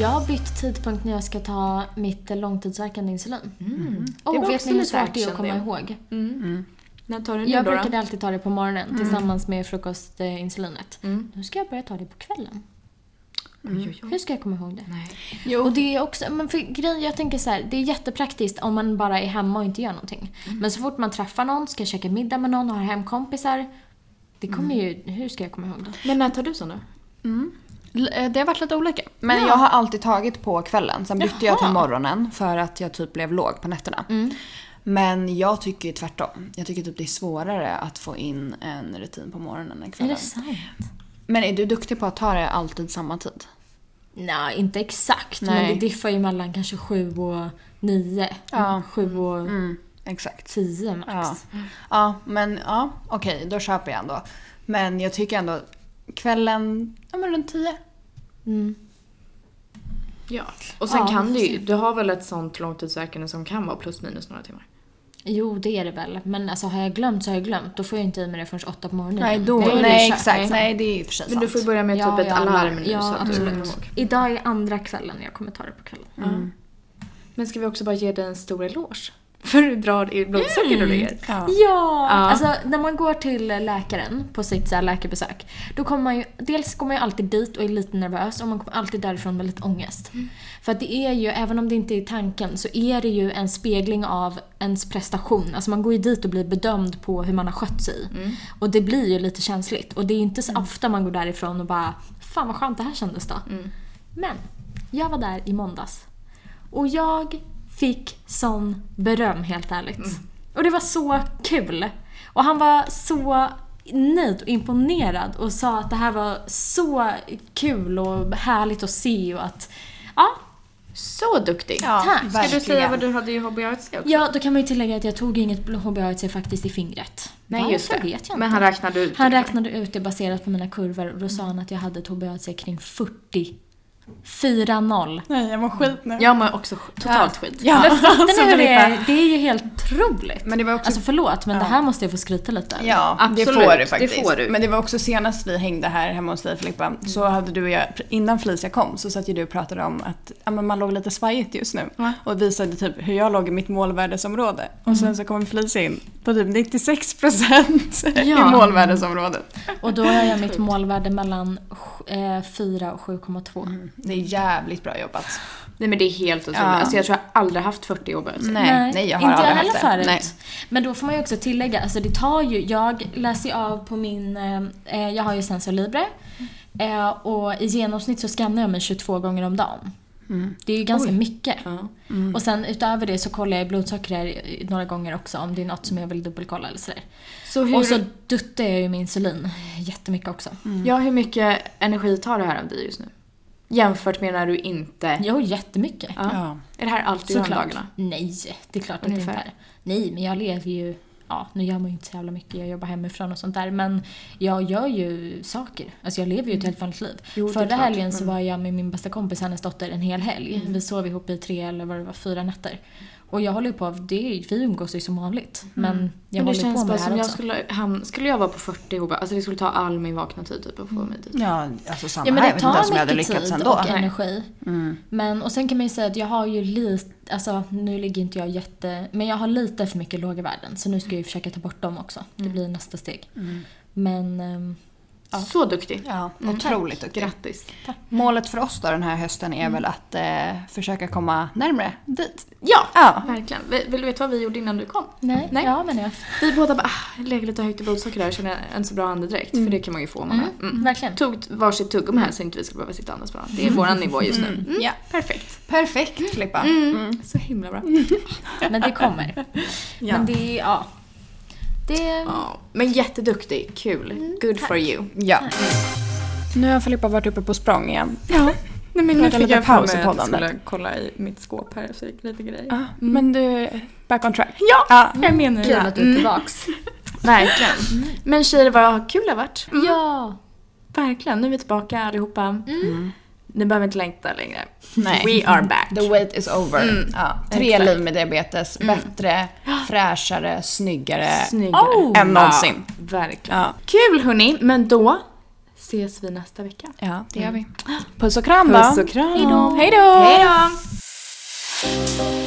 [SPEAKER 3] Jag har bytt tidpunkt när jag ska ta mitt långtidsverkande insulin.
[SPEAKER 2] Mm. Det var
[SPEAKER 3] Och Mm. vet
[SPEAKER 2] också
[SPEAKER 3] ni hur
[SPEAKER 2] lite
[SPEAKER 3] svårt det är att
[SPEAKER 2] action
[SPEAKER 3] komma
[SPEAKER 2] det. Mm.
[SPEAKER 3] ihåg? Mm.
[SPEAKER 2] När tar du det
[SPEAKER 3] Jag
[SPEAKER 2] då? då?
[SPEAKER 3] brukade alltid ta det Mm. på morgonen tillsammans med frukostinsulinet. Nu ska jag börja ta det på kvällen.
[SPEAKER 2] Mm.
[SPEAKER 3] Mm.
[SPEAKER 2] Oj, oj, oj.
[SPEAKER 3] Hur ska jag komma ihåg det?
[SPEAKER 2] Nej.
[SPEAKER 3] Och det är också, men för grejen, jag tänker så här, det är jättepraktiskt om man bara är hemma och inte gör någonting. Men så fort man träffar någon, ska käka middag med någon, har hemkompisar. Det kommer ju, hur ska jag komma ihåg det?
[SPEAKER 2] Men när tar du sån då?
[SPEAKER 1] L- eh, Det har varit lite olika. Men jag har alltid tagit på kvällen. Sen bytte jag till
[SPEAKER 3] Jaha.
[SPEAKER 1] morgonen för att jag typ blev låg på nätterna.
[SPEAKER 3] Mm.
[SPEAKER 1] Men jag tycker ju tvärtom. Jag tycker typ det är svårare att få in en rutin på morgonen än
[SPEAKER 3] Är
[SPEAKER 1] kvällen.
[SPEAKER 3] det sant?
[SPEAKER 1] Men är du duktig på att ta det alltid samma tid?
[SPEAKER 3] Nej, inte exakt. Men
[SPEAKER 1] Nej.
[SPEAKER 3] det diffar ju mellan kanske sju och nio.
[SPEAKER 1] Ja.
[SPEAKER 3] Sju och
[SPEAKER 1] Mm, exakt.
[SPEAKER 3] tio max.
[SPEAKER 1] Ja.
[SPEAKER 2] mm.
[SPEAKER 1] ja, men ja, okej, då köper jag ändå. Men jag tycker ändå kvällen, ja men runt tio.
[SPEAKER 3] Mm.
[SPEAKER 2] Ja. Och sen
[SPEAKER 3] Ja, vi
[SPEAKER 2] kan
[SPEAKER 3] får
[SPEAKER 2] du ju,
[SPEAKER 3] se.
[SPEAKER 2] du har väl ett sånt långtidsverkande som kan vara plus minus några timmar?
[SPEAKER 3] Jo, det är det väl. Men alltså, har jag glömt så har jag glömt. Då får jag inte i mig det förrän åtta på morgonen.
[SPEAKER 1] Nej, då,
[SPEAKER 2] Nej,
[SPEAKER 1] nej,
[SPEAKER 2] det är kört.
[SPEAKER 1] exakt.
[SPEAKER 2] Nej.
[SPEAKER 1] Nej, det är i och för sig
[SPEAKER 2] Men du
[SPEAKER 1] sant.
[SPEAKER 2] får ju börja med typ
[SPEAKER 3] Ja,
[SPEAKER 2] ett
[SPEAKER 3] ja,
[SPEAKER 2] alarm nu
[SPEAKER 3] ja,
[SPEAKER 2] så att du
[SPEAKER 3] absolut.
[SPEAKER 2] kommer ihåg.
[SPEAKER 3] Idag är andra kvällen jag kommer ta det på kvällen.
[SPEAKER 2] Men ska vi också bara ge dig en stor eloge? För du drar i blodsocker
[SPEAKER 3] Mm.
[SPEAKER 2] och ligger.
[SPEAKER 1] Ja.
[SPEAKER 3] Ja!
[SPEAKER 2] Ja.
[SPEAKER 3] Alltså när man går till läkaren på sitt så här läkarbesök, då kommer man ju, dels går man ju alltid dit och är lite nervös och man kommer alltid därifrån med lite ångest. För att det är ju, även om det inte är tanken, så är det ju en spegling av ens prestation. Alltså man går ju dit och blir bedömd på hur man har skött sig. Och det blir ju lite känsligt. Och det är inte så ofta man går därifrån och bara “Fan vad skönt det här kändes då”. Men, jag var där i måndags. Och jag fick sån beröm helt ärligt.
[SPEAKER 2] Mm.
[SPEAKER 3] Och det var så kul. Och han var så nöjd och imponerad och sa att det här var så kul och härligt att se och att ja,
[SPEAKER 2] Så duktig!
[SPEAKER 1] Ja,
[SPEAKER 3] Tack. Ska du
[SPEAKER 2] Ska du säga
[SPEAKER 1] verkligen.
[SPEAKER 2] vad du hade i HBAC också?
[SPEAKER 3] ja då kan man ju tillägga att jag tog inget HBA1C faktiskt i fingret.
[SPEAKER 2] Nej
[SPEAKER 3] Varför
[SPEAKER 2] just det.
[SPEAKER 3] vet jag
[SPEAKER 2] Men
[SPEAKER 3] inte.
[SPEAKER 2] han räknade ut
[SPEAKER 3] Han
[SPEAKER 2] det.
[SPEAKER 3] räknade ut det baserat på mina kurvor och då sa han att jag hade ett HBA1C kring 40. 4-0.
[SPEAKER 1] Nej, jag mår skit nu.
[SPEAKER 2] Jag mår också sk- totalt skit.
[SPEAKER 1] Ja. Alltså,
[SPEAKER 3] Men fattar ni hur det
[SPEAKER 1] Filippa.
[SPEAKER 3] är? Det är ju helt otroligt.
[SPEAKER 1] Men det var också
[SPEAKER 3] Alltså förlåt, men det här måste jag få skryta lite över.
[SPEAKER 1] Ja,
[SPEAKER 2] Absolut,
[SPEAKER 1] det får
[SPEAKER 2] det
[SPEAKER 1] du faktiskt.
[SPEAKER 2] får du.
[SPEAKER 1] Men det var också senast vi hängde här hemma hos dig Filippa,
[SPEAKER 3] Mm.
[SPEAKER 1] så hade du och jag, innan Felicia kom, så satt ju du och pratade om att ja, men man låg lite svajigt just nu.
[SPEAKER 2] Ja.
[SPEAKER 1] Och visade typ hur jag låg i mitt målvärdesområde. Och sen så kom Felicia in på typ 96%
[SPEAKER 3] Ja.
[SPEAKER 1] i målvärdesområdet.
[SPEAKER 3] Och då har jag mitt målvärde mellan eh, 4 och 7,2.
[SPEAKER 1] Det är jävligt bra jobbat.
[SPEAKER 2] Nej men det är helt otroligt.
[SPEAKER 1] Ja.
[SPEAKER 2] Alltså jag tror jag aldrig haft 40 jobb alltså.
[SPEAKER 1] Nej, nej jag har
[SPEAKER 3] inte
[SPEAKER 1] aldrig
[SPEAKER 3] jag
[SPEAKER 1] haft
[SPEAKER 3] heller
[SPEAKER 1] det. Nej.
[SPEAKER 3] förut. Men då får man ju också tillägga, alltså det tar ju, jag läser ju av på min, eh, jag har ju Sensor Libre.
[SPEAKER 1] Mm.
[SPEAKER 3] Eh, och i genomsnitt så skannar jag mig 22 gånger om dagen. Det är ju ganska mycket.
[SPEAKER 1] Mm.
[SPEAKER 2] Ja.
[SPEAKER 3] Och sen utöver det så kollar jag blodsocker eh, några gånger också om det är något som jag vill dubbelkolla eller sådär.
[SPEAKER 2] Så hur,
[SPEAKER 3] Och så
[SPEAKER 1] Mm.
[SPEAKER 3] duttar jag ju med insulin jättemycket också.
[SPEAKER 2] ja, hur mycket energi tar det här av dig just nu? Jämfört med när du inte...
[SPEAKER 3] Jo, jättemycket.
[SPEAKER 2] Ja.
[SPEAKER 1] Ja.
[SPEAKER 2] Är det här allt du gör om
[SPEAKER 3] Såklart.
[SPEAKER 2] dagarna?
[SPEAKER 3] Nej, det är klart att
[SPEAKER 2] Ungefär.
[SPEAKER 3] det inte är. Nej, men jag lever ju... Ja, nu gör man ju inte så jävla mycket, jag jobbar hemifrån och sånt där. Men jag gör ju saker. Alltså jag lever ju ett helt vanligt liv.
[SPEAKER 2] Jo, det är
[SPEAKER 3] Förra
[SPEAKER 2] klart. Mm.
[SPEAKER 3] helgen så var jag med min bästa kompis, hennes dotter, en hel helg. Vi sov ihop i tre eller vad det var, fyra nätter. Och jag håller ju på, det är, vi umgås ju som vanligt. Men jag
[SPEAKER 2] Mm. Men det
[SPEAKER 3] håller på
[SPEAKER 2] känns
[SPEAKER 3] med
[SPEAKER 2] bara
[SPEAKER 3] det här
[SPEAKER 2] som jag
[SPEAKER 3] också.
[SPEAKER 2] skulle, hamna, skulle jag vara på 40 ihop, alltså det skulle ta all min vakna tid typ att få mig dit.
[SPEAKER 1] Ja, alltså samma
[SPEAKER 3] Mm. Ja men
[SPEAKER 1] här. Jag
[SPEAKER 3] det
[SPEAKER 1] vet inte ens
[SPEAKER 3] tar
[SPEAKER 1] om jag hade lyckats
[SPEAKER 3] mycket tid
[SPEAKER 1] ändå. Mm.
[SPEAKER 3] och
[SPEAKER 2] Nej.
[SPEAKER 3] energi. Men, och sen kan man ju säga att jag har ju lite, alltså nu ligger inte jag jätte, men jag har lite för mycket låga värden. Så nu ska jag ju försöka ta bort dem också.
[SPEAKER 2] Mm.
[SPEAKER 3] Det blir nästa steg. Men ehm, Ja.
[SPEAKER 2] Så duktig.
[SPEAKER 1] Ja, otroligt duktig.
[SPEAKER 2] Grattis.
[SPEAKER 1] Målet för oss då den här hösten är väl att eh, försöka komma närmre dit.
[SPEAKER 2] Ja,
[SPEAKER 1] Ja.
[SPEAKER 2] verkligen. Vi- Vill du veta vad vi gjorde innan du kom?
[SPEAKER 3] nej,
[SPEAKER 2] Nej.
[SPEAKER 3] ja men jag.
[SPEAKER 2] Vi båda bara, ah, jag lägger lite högt i blodsocker där och känner en så bra andedräkt. För det kan man ju få om man
[SPEAKER 3] Mm,
[SPEAKER 2] är. Mm.
[SPEAKER 3] Verkligen.
[SPEAKER 2] Tog varsitt tuggummi här så inte vi ska behöva sitta och andas på varandra. Det är våran nivå just nu. Mm.
[SPEAKER 1] Ja.
[SPEAKER 2] Perfekt.
[SPEAKER 1] Perfekt Mm. Filippa.
[SPEAKER 2] Så himla bra.
[SPEAKER 3] Men det kommer.
[SPEAKER 2] Ja.
[SPEAKER 3] Men det, Mm. ja. Det,
[SPEAKER 2] Ja, Men jätteduktig, kul.
[SPEAKER 3] Mm,
[SPEAKER 2] Good for you.
[SPEAKER 1] Ja. Nu har Filippa varit uppe på språng igen.
[SPEAKER 2] Ja. Nej men
[SPEAKER 1] nu fick jag för mig att jag skulle
[SPEAKER 2] kolla i mitt skåp här efter lite grejer.
[SPEAKER 1] Ja, Men du, back on track.
[SPEAKER 2] Ja,
[SPEAKER 1] Ja.
[SPEAKER 2] jag menar
[SPEAKER 3] Mm. kul att du är tillbaks.
[SPEAKER 2] Mm. Verkligen. Men tjejer, vad kul det har varit.
[SPEAKER 3] Mm. Ja. Mm.
[SPEAKER 2] Verkligen, nu är vi tillbaka allihopa. Ni behöver inte längta längre.
[SPEAKER 1] Mm. Nej. Mm.
[SPEAKER 2] We are back.
[SPEAKER 1] The wait is over.
[SPEAKER 2] Mm,
[SPEAKER 1] Ja. Tre
[SPEAKER 2] exakt.
[SPEAKER 1] liv med diabetes. Bättre, fräschare, snyggare.
[SPEAKER 2] Snyggare.
[SPEAKER 3] Oh.
[SPEAKER 1] Än någonsin.
[SPEAKER 2] Ja, verkligen.
[SPEAKER 1] Ja.
[SPEAKER 2] Kul hörni, men då ses vi nästa vecka.
[SPEAKER 1] ja, Mm. det gör vi. Puss och kram då.
[SPEAKER 2] Puss och kram.
[SPEAKER 1] Hej då.
[SPEAKER 2] Hej då.